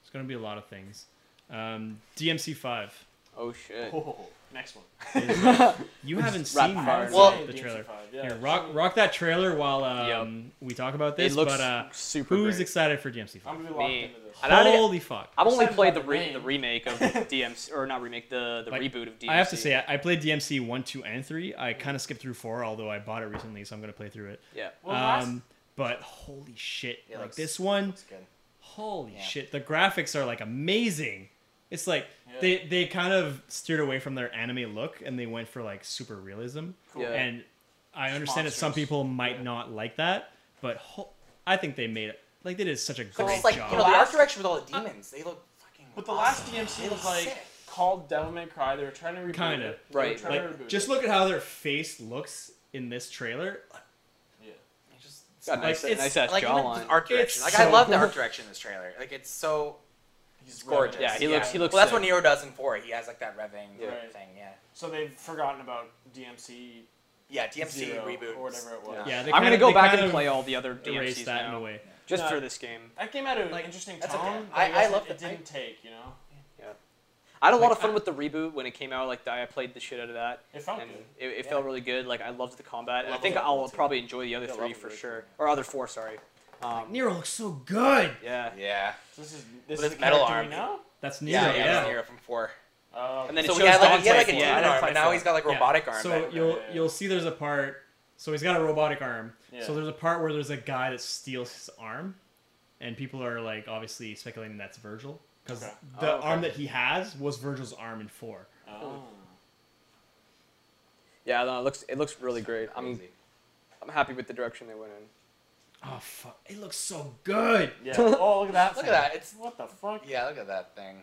S4: It's gonna be a lot of things. Um, DMC five.
S3: Oh shit.
S2: Oh, next one.
S4: You haven't
S3: rapid
S4: seen
S3: fire.
S4: that,
S1: Well-
S4: right, the
S2: DMC5,
S4: trailer.
S2: yeah.
S4: Here, rock rock that trailer while
S3: Yep.
S4: um, we talk about
S3: It
S4: this.
S3: looks
S4: but uh,
S3: super
S4: who's
S3: great.
S4: excited for DMC
S2: I'm
S4: five?
S2: gonna be locked
S3: Me.
S2: into this.
S3: And I didn't-
S4: Holy fuck!
S3: I've only
S2: Excited
S3: played the
S2: about the
S3: re-
S2: name.
S3: the remake of
S4: *laughs*
S3: DMC or not remake the the
S4: Like,
S3: reboot of DMC.
S4: I have to say, I, I played DMC one, two, and three. I kind of skipped through four, although I bought it recently, so I'm gonna play through it.
S3: yeah.
S2: Well, last-
S4: um, but holy shit!
S1: It
S4: like
S1: looks-
S4: this one,
S1: That's good.
S4: holy
S1: Yeah.
S4: shit! The graphics are like amazing. It's like they they kind of steered away from their anime look and they went for like super realism.
S3: Yeah.
S4: And I understand that some
S2: monsters.
S4: people might
S2: Yeah.
S4: not like that, but ho- I think they made it like they did such a
S1: But
S4: great
S1: it's like
S4: job.
S1: you know the art direction with all the demons. They look fucking.
S2: But the last
S1: awesome.
S2: DMC
S1: It
S2: was like
S1: sick.
S2: called Devil May Cry. They were trying to reboot
S4: Kinda.
S2: it. They were
S3: Right.
S2: trying to
S4: like
S2: reboot
S4: just
S2: it.
S4: look at how their face looks in this trailer.
S2: Yeah.
S1: It just-
S3: Got a nice,
S4: it's-
S3: nice ass
S1: like even
S3: jawline.
S1: the art direction. Like
S4: It's
S1: I
S4: so
S1: love the
S4: cool.
S1: art direction in this trailer. Like it's so
S2: He's
S1: it's gorgeous.
S2: reminiscent.
S3: Yeah, he looks- he looks
S1: Well, that's
S3: sick.
S1: what Nero does in four. He has like that revving
S2: Yeah.
S1: thing. Yeah.
S2: So they've forgotten about DMC
S1: Yeah. DMC
S2: Zero
S1: reboot
S2: or whatever it was.
S1: Yeah.
S4: Yeah, they
S3: I'm gonna
S4: kinda-
S3: go
S4: they
S3: back
S4: kind
S3: and
S4: of
S3: play all the other
S4: erase
S3: DMCs
S4: that in a
S3: now,
S4: way.
S3: just
S2: No.
S3: for this game.
S2: That came out at an
S1: Like,
S2: interesting
S1: that's
S2: tone.
S1: okay.
S2: but
S1: I- I
S2: guess
S1: love
S2: it, it
S1: the- I-
S2: didn't take, you know.
S3: I had a lot
S4: Like,
S3: of fun
S4: I-
S3: with the reboot when it came out. Like I played the shit out of that.
S2: It felt
S3: and
S2: good.
S3: it, it
S1: Yeah.
S3: felt really good. Like I loved the combat. and I
S2: Level
S3: think
S2: up,
S3: I'll
S2: too.
S3: probably enjoy the other
S2: Yeah,
S3: three
S2: level
S3: for
S2: really
S3: sure,
S2: cool.
S3: or other four. Sorry. Um,
S4: Nero looks so good.
S3: yeah.
S1: Yeah.
S2: So this is this
S1: But
S2: is
S1: it's
S2: the
S1: metal
S2: character we
S1: arm.
S2: know?
S4: That's Nero.
S1: Yeah.
S4: Yeah.
S1: Yeah. Nero from four.
S2: Oh,
S3: And then
S1: so
S3: it
S1: he
S3: shows
S1: had like, he had
S3: Dante
S1: like a
S3: at the
S1: demon
S3: end.
S1: arm, and now he's got like
S3: Yeah.
S1: robotic arm.
S4: So
S1: back.
S4: you'll
S2: yeah.
S4: you'll see there's a part. So he's got a robotic arm.
S2: Yeah.
S4: So there's a part where there's a guy that steals his arm, and people are like obviously speculating that's Virgil because
S2: Okay.
S4: the
S2: Oh, okay.
S4: arm that he has was Virgil's arm in four.
S2: oh.
S3: Yeah, no, it looks it looks really great. I'm I'm happy with the direction they went in.
S4: Oh fuck! It looks so good.
S1: *laughs*
S2: Yeah. Oh, look at that.
S1: Look
S2: thing.
S1: at that. It's
S2: What the fuck?
S1: yeah. Look at that thing.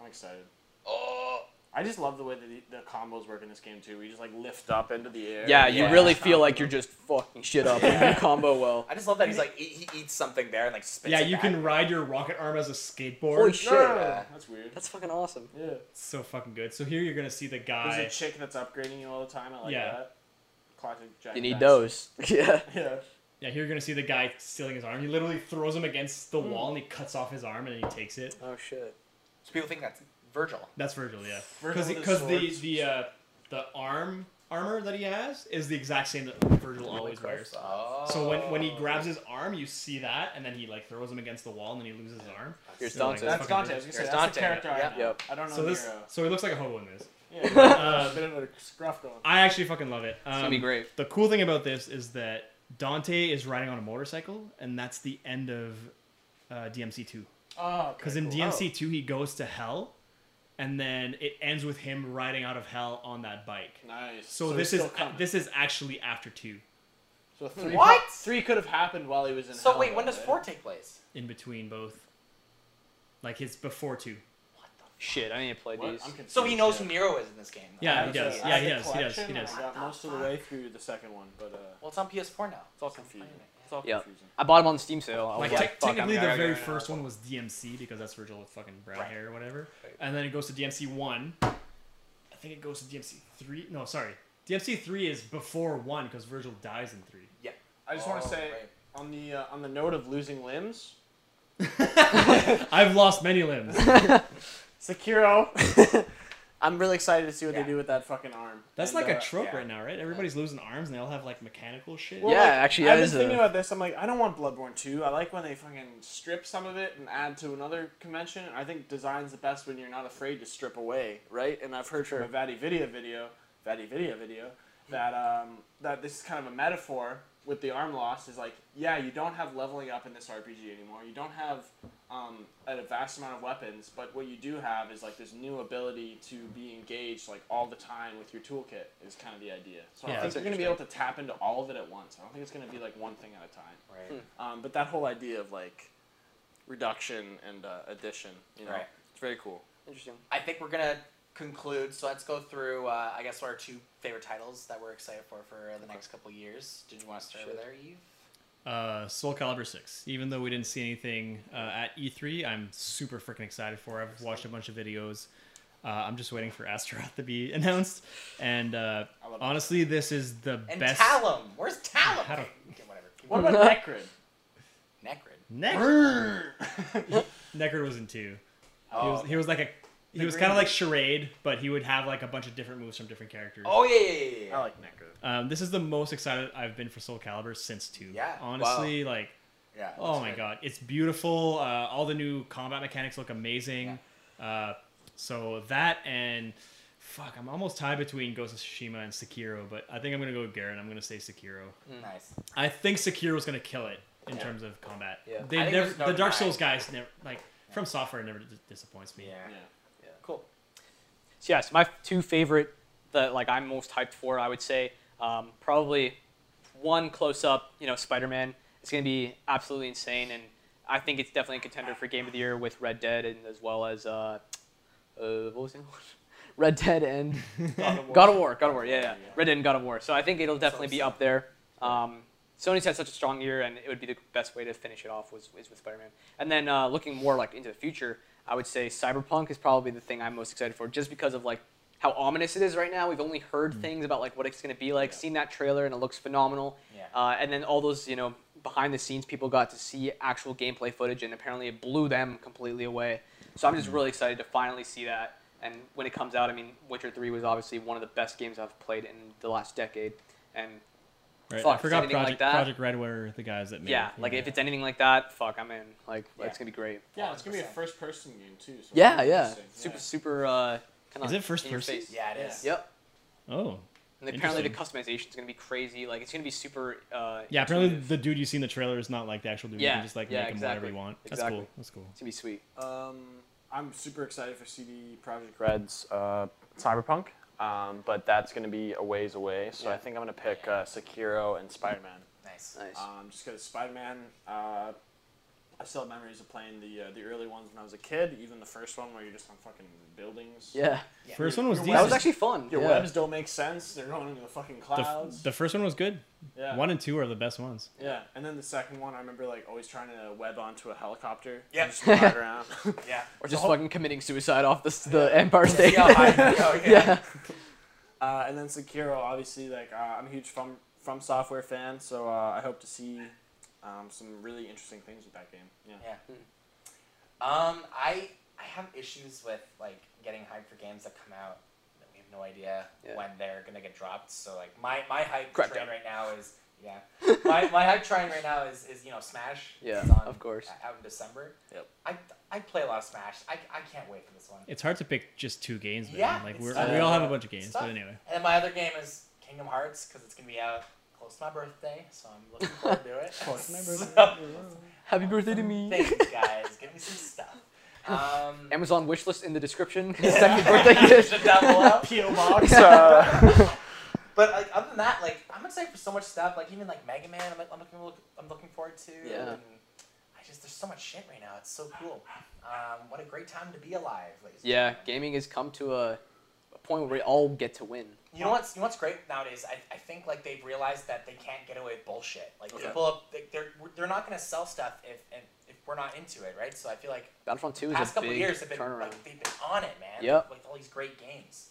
S2: I'm excited.
S1: Oh.
S2: I just love the way that the, the combos work in this game too. We just like lift up into the air.
S3: Yeah,
S1: Yeah.
S3: you really feel like you're just fucking shit up *laughs* if you combo well.
S1: I just love that he's like he, he eats something there and like spits.
S4: yeah,
S1: it
S4: you
S1: back.
S4: can ride your rocket arm as a skateboard.
S3: Holy
S2: No,
S3: shit,
S2: no, no, no,
S1: Yeah.
S2: That's weird.
S3: that's fucking awesome.
S2: Yeah.
S4: It's so fucking good. So here you're gonna see the
S2: There's
S4: guy.
S2: a chick that's upgrading you all the time. I like
S4: Yeah.
S2: that. Classic Jack.
S3: You need
S2: Jackson.
S3: those. *laughs* Yeah.
S2: *laughs* Yeah.
S4: yeah, here you're gonna see the guy stealing his arm. He literally throws him against
S2: Hmm.
S4: the wall and he cuts off his arm and then he takes it.
S3: Oh shit.
S1: So people think that's Virgil.
S4: That's Virgil, yeah.
S2: Virgil with
S4: Because
S2: his
S4: because the
S2: swords.
S4: the uh, the arm armor that he has is the exact same that Virgil always wears.
S1: Oh.
S4: So when, when he grabs his arm, you see that, and then he like throws him against the wall, and then he loses his arm.
S3: Here's
S4: So, like,
S3: Dante.
S2: That's
S4: fucking
S2: Dante. I was gonna
S4: Virgil.
S2: say,
S1: There's
S2: that's
S1: Dante.
S2: the character I
S1: Yep.
S2: know.
S3: Yep.
S2: I don't know
S4: So
S2: the
S4: this *laughs*
S2: hero.
S4: so he looks like a hobo in this.
S2: Yeah.
S4: Uh,
S2: bit of a scruff going.
S4: I actually fucking love it. Um,
S3: gonna be great.
S4: The cool thing about this is that Dante is riding on a motorcycle, and that's the end of uh, DMC two.
S2: Oh,
S4: Because in DMC two, he goes to hell, and then it ends with him riding out of hell on that bike.
S2: Nice.
S4: So,
S2: he's
S4: this is
S2: still coming.
S4: this is actually after two,
S2: So three
S1: What?
S2: Three could have happened while he was in.
S1: So
S2: hell,
S1: wait, when
S2: though,
S1: does
S2: right?
S1: four take place?
S4: in between both. Like it's before two.
S3: Shit, I need to play
S2: What? I'm
S3: these.
S2: confused.
S1: So he knows
S2: yeah.
S1: who Nero is in this game.
S4: Yeah,
S2: I
S4: he
S2: was,
S4: does.
S2: uh, I
S4: Yeah,
S2: had
S4: he
S2: the
S4: does. He does. He
S2: collection,
S4: does.
S2: I got most of the way through the second one, but uh,
S1: Well, it's on PS4 now.
S2: it's all confusing. It's all
S3: Yeah.
S2: confusing.
S3: I bought them on the Steam sale. I was like,
S4: Like, te-
S3: Oh, fuck, I'm
S4: technically, the
S3: gonna-
S4: very
S2: now.
S4: first one was DMC because that's Virgil with fucking brown
S1: Right.
S4: hair or whatever,
S1: Right.
S4: and then it goes to DMC one. I think it goes to DMC three. No, sorry, DMC three is before one because Virgil dies in three.
S2: I just want to
S1: Oh,
S2: say
S1: right.
S2: on the uh, on the note of losing limbs,
S4: I've lost many
S3: *laughs*
S4: limbs. *laughs*
S2: Sekiro. *laughs* I'm really excited to see what
S1: Yeah.
S2: they do with that fucking arm.
S4: That's
S2: And,
S4: like
S2: uh,
S4: a trope
S1: yeah.
S4: right now, right? Everybody's losing arms and they all have like mechanical shit.
S2: well,
S3: Yeah,
S2: like,
S3: actually, that
S2: I've been
S3: is
S2: thinking
S3: a-
S2: about this. I'm like, I don't want Bloodborne 2. I like when they fucking strip some of it and add to another convention. I think design's the best when you're not afraid to strip away, right? And I've heard from a Vadi Video video, Vadi Video video, that um, that this is kind of a metaphor with the arm loss. Is like, yeah, you don't have leveling up in this RPG anymore. You don't have um, at a vast amount of weapons, but what you do have is like this new ability to be engaged like all the time with your toolkit is kind of the idea. So
S4: Yeah,
S2: I think
S4: that's
S2: you're going to be able to tap into all of it at once. I don't think it's going to be like one thing at a time.
S1: Right.
S2: Um, but that whole idea of like reduction and uh, addition, you know,
S1: Right.
S2: it's very cool.
S3: Interesting.
S1: I think we're gonna conclude. So let's go through. Uh, I guess our two favorite titles that we're excited for for the next couple years. Did you want to start over there, Eve?
S4: Uh, Soul Calibur six. Even though we didn't see anything uh, at E3, I'm super freaking excited for. it. I've watched a bunch of videos. Uh, I'm just waiting for Astaroth to be *laughs* announced. And uh,
S2: I love
S4: honestly, this is the
S1: And
S4: best.
S1: Talum. Where's Talum?
S4: How do-
S1: Okay, whatever.
S2: What about *laughs* Necrid?
S1: Necrid.
S4: Necro
S2: *laughs*
S4: Necro was in two. He was, he was like a. He
S2: Oh. The
S4: was kind
S2: green-
S4: of like charade, but he would have like a bunch of different moves from different characters.
S1: Oh yeah, yeah, yeah, yeah.
S2: I like Necrid.
S4: Um, this is the most excited I've been for Soul Calibur since two.
S1: Yeah.
S4: Honestly, like
S1: yeah
S4: Oh
S1: that's
S4: my
S1: good.
S4: god, it's beautiful. Uh, all the new combat mechanics look amazing. Uh, so that and fuck, I'm almost tied between Ghost of Tsushima and Sekiro, but I think I'm gonna go with Garrett. I'm gonna say Sekiro.
S1: Nice.
S4: I think Sekiro's gonna kill it in terms of combat.
S3: Yeah.
S4: They
S1: I think
S4: never
S1: there's no
S4: the Dark
S1: denying.
S4: Souls guys never like from software never d- disappoints me.
S1: Yeah.
S2: Yeah.
S1: Cool.
S3: So yes, my two favorite that like I'm most hyped for, I would say, um, probably one close up, you know, Spider-Man. It's gonna be absolutely insane, and I think it's definitely a contender for Game of the Year with Red Dead and as well as uh, uh, what was the other one? *laughs* Red Dead and
S4: *laughs*
S3: God of War. God of War. Yeah, yeah. Red Dead and God of War. So I think it'll definitely be up there. Um, Sony's had such a strong year, and it would be the best way to finish it off was is with Spider-Man. And then uh, looking more like into the future, I would say Cyberpunk is probably the thing I'm most excited for, just because of like how ominous it is right now. We've only heard things about like what it's going to be like. Seen that trailer, and it looks phenomenal.
S1: Yeah.
S3: Uh, and then all those you know behind the scenes people got to see actual gameplay footage, and apparently it blew them completely away. So I'm just really excited to finally see that. And when it comes out, I mean, Witcher Three was obviously one of the best games I've played in the last decade, and
S4: Right?
S3: Fuck,
S4: I
S3: it's
S4: forgot
S3: anything
S4: Project
S3: like that.
S4: Project Red were the guys that made.
S3: yeah,
S4: it.
S3: like if it's anything like that, fuck, I'm in. Like
S1: Yeah.
S3: it's gonna be great.
S2: Yeah, it's gonna be
S1: 100%.
S2: a first person game too. So
S3: Yeah,
S2: it's
S3: yeah.
S2: interesting.
S3: Super, super. Uh, kinda
S4: Is it first
S3: in your
S4: person?
S3: face.
S1: Yeah, it is.
S3: Yep.
S4: oh
S3: And apparently the
S4: Interesting.
S3: customization is gonna be crazy. Like it's gonna be super. Uh,
S4: yeah, apparently
S3: intuitive.
S4: the dude you see in the trailer is not like the actual dude. you
S3: Yeah,
S4: can just like
S3: yeah,
S4: make him whatever
S3: exactly,
S4: you want. That's
S3: exactly.
S4: cool. That's cool.
S3: It's gonna be sweet.
S2: Um, I'm super excited for CD Project Red's uh, Cyberpunk, um, but that's going to be a ways away. So I think I'm going to pick uh, Sekiro and Spider Man.
S1: Nice.
S3: Nice.
S2: Um, just because Spider Man, uh, I still have memories of playing the uh, the early ones when I was a kid. Even the first one where you're just on fucking buildings.
S3: yeah.
S1: Yeah.
S4: First one was
S2: That
S4: decent.
S3: That was actually fun.
S2: Your
S3: yeah.
S2: webs don't make sense. They're going into the fucking
S4: the,
S2: clouds.
S4: f- the first one was good.
S2: yeah.
S4: One and two are the best ones.
S2: yeah, and then the second one, I remember like always trying to web onto a helicopter.
S1: Yep.
S2: and just fly *laughs* around.
S1: Yeah.
S3: Or just fucking committing suicide off the, s-
S1: *laughs*
S3: the Empire State.
S1: See how high you go, yeah.
S3: *laughs* yeah.
S2: Uh, and then Sekiro, obviously, like uh, I'm a huge from from software fan, so uh, I hope to see um, some really interesting things with that game. Yeah.
S1: Yeah. Um, I I have issues with like getting hyped for games that come out that we have no idea
S3: Yeah.
S1: when they're gonna get dropped. So like my my hype
S3: Crackdown.
S1: train right now is yeah. my my hype train right now is is you know Smash.
S3: Yeah,
S1: It's on-
S3: of course.
S1: Out in December.
S2: Yep.
S1: I I play a lot of Smash. I I can't wait for this one.
S4: It's hard to pick just two games, man.
S1: Yeah,
S4: like
S1: it's
S4: we're,
S1: tough.
S4: we all have a bunch of games,
S1: tough.
S4: but anyway.
S1: And then my other game is Kingdom Hearts because it's gonna be out close to my birthday, so I'm looking forward to it. *laughs*
S2: *laughs* Close to my
S1: So-
S3: *laughs* Happy birthday to me.
S1: Thank you guys. Give me some stuff. Um,
S3: *laughs*
S1: *laughs*
S3: Amazon wish list in the description. Second birthday gift.
S1: Should double up.
S2: PO box. Uh,
S1: But like, other than that, like I'm excited for so much stuff. Like even like Mega Man, I'm, like, I'm looking look, I'm looking forward to.
S3: Yeah.
S1: And I just there's so much shit right now. It's so cool. Um, what a great time to be alive. Like,
S3: *laughs* Yeah, gaming has come to a, a point where we all get to win.
S1: You know what's you know what's great nowadays? I, I think like they've realized that they can't get away with bullshit. Like
S2: Okay.
S1: people, they, they're they're not gonna sell stuff if and if we're not into it, right? So I feel like
S3: Battlefront 2
S1: the
S3: is
S1: past
S3: a
S1: couple
S3: big
S1: years have been
S3: turnaround.
S1: like they've been on it, man.
S3: Yep.
S1: With all these great games.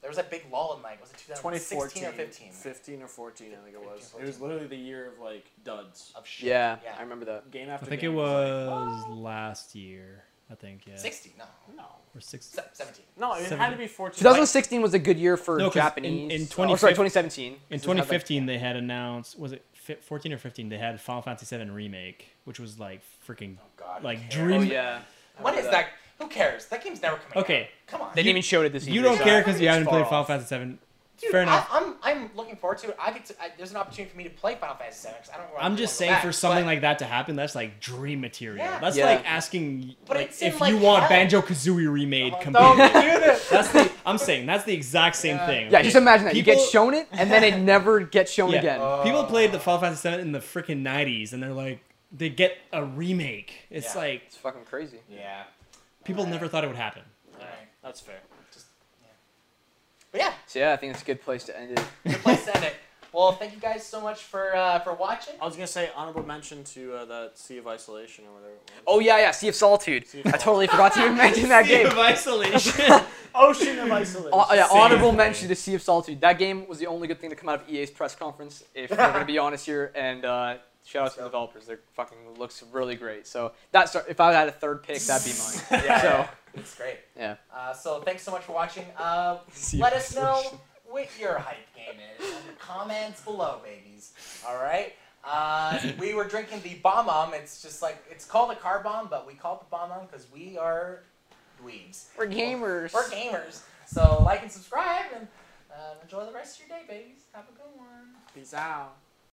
S1: There was that big lull in like was it 2016
S2: 2014
S1: or 15
S2: 15 or 14, I think it was.
S1: 15,
S2: It was literally the year of like duds.
S1: of shit.
S3: yeah,
S1: yeah.
S3: I remember that.
S2: Game
S4: I
S2: after
S4: think it
S2: game
S4: was last year. I think yeah.
S1: 60, no.
S2: like, no.
S4: Or six.
S1: Se- 17.
S2: No, it had to be 14. like,
S3: 2016 was a good year for
S4: No, 'cause in-
S3: Japanese.
S4: in
S3: oh, sorry,
S4: 2015
S3: 2017.
S4: In 2015, they had announced was it fi- 14 or 15? They had Final Fantasy VII remake, which was like freaking
S1: Oh god.
S4: Like
S1: who cares?
S3: Oh
S4: Dream-
S3: yeah,
S1: What is that? Who cares? That game's never coming out.
S4: Okay.
S1: Come on.
S3: they didn't even show it at this.
S4: You
S3: E3,
S4: don't
S3: so-
S4: care because you
S2: It's
S4: haven't
S2: far
S4: played Final
S2: off.
S4: Fantasy VII.
S1: Dude,
S4: Fair enough.
S1: I, I'm I'm looking forward to it. I get to, I, there's an opportunity for me to play Final Fantasy VII 'cause I don't. Really
S4: I'm just
S1: wanna go
S4: saying
S1: back,
S4: for something
S1: but-
S4: like that to happen, that's like dream material.
S1: Yeah.
S4: That's
S3: Yeah.
S4: like asking
S1: But
S4: like,
S1: it's in,
S4: if
S1: like,
S4: you want
S1: hell.
S4: Banjo Kazooie remade.
S1: Don't
S4: completely.
S1: do this.
S4: That's the I'm saying that's the exact same
S1: Yeah.
S4: thing.
S3: Yeah,
S4: okay?
S3: just imagine that. you get
S4: People-
S3: shown it, and
S4: *laughs*
S3: then it never gets shown
S4: Yeah.
S3: again.
S1: Uh,
S4: People played the Final Fantasy VII in the freaking '90s, and they're like, they get a remake. It's
S1: Yeah.
S4: like
S3: it's fucking crazy.
S1: Yeah.
S4: people never thought it would happen.
S1: All right.
S2: That's fair.
S1: But yeah,
S3: So yeah, I think it's a good place to end it.
S1: good place to end it. Well, thank you guys so much for uh, for watching.
S2: I was gonna say honorable mention to uh, that Sea of Isolation or whatever. It was.
S3: Oh yeah, yeah, Sea of Solitude.
S2: Sea of
S3: I
S2: Solitude.
S3: totally forgot
S2: *laughs*
S3: to even mention that
S4: Sea
S3: game. *laughs*
S4: of Isolation.
S2: Ocean of Isolation.
S3: Hon- yeah,
S4: Same
S3: honorable
S4: thing.
S3: mention to Sea of Solitude. That game was the only good thing to come out of EA's press conference, if we're going to
S2: *laughs*
S3: be honest here. And uh, shout out to the developers. They're fucking looks really great. So that's if I had a third pick, that'd be mine.
S1: Yeah.
S3: So
S1: It's great.
S3: yeah,
S1: Uh, so thanks so much for watching. Uh,
S4: See you
S1: let us
S4: soon.
S1: know what your hype game is in the comments below, babies. All right. Uh, we were drinking the bomb bomb. It's just like it's called a car bomb, but we call it the bomb bomb because we are dweebs.
S3: *laughs* we're gamers.
S1: We're gamers. So like and subscribe and uh, enjoy the rest of your day, babies. Have a good one.
S2: Peace out.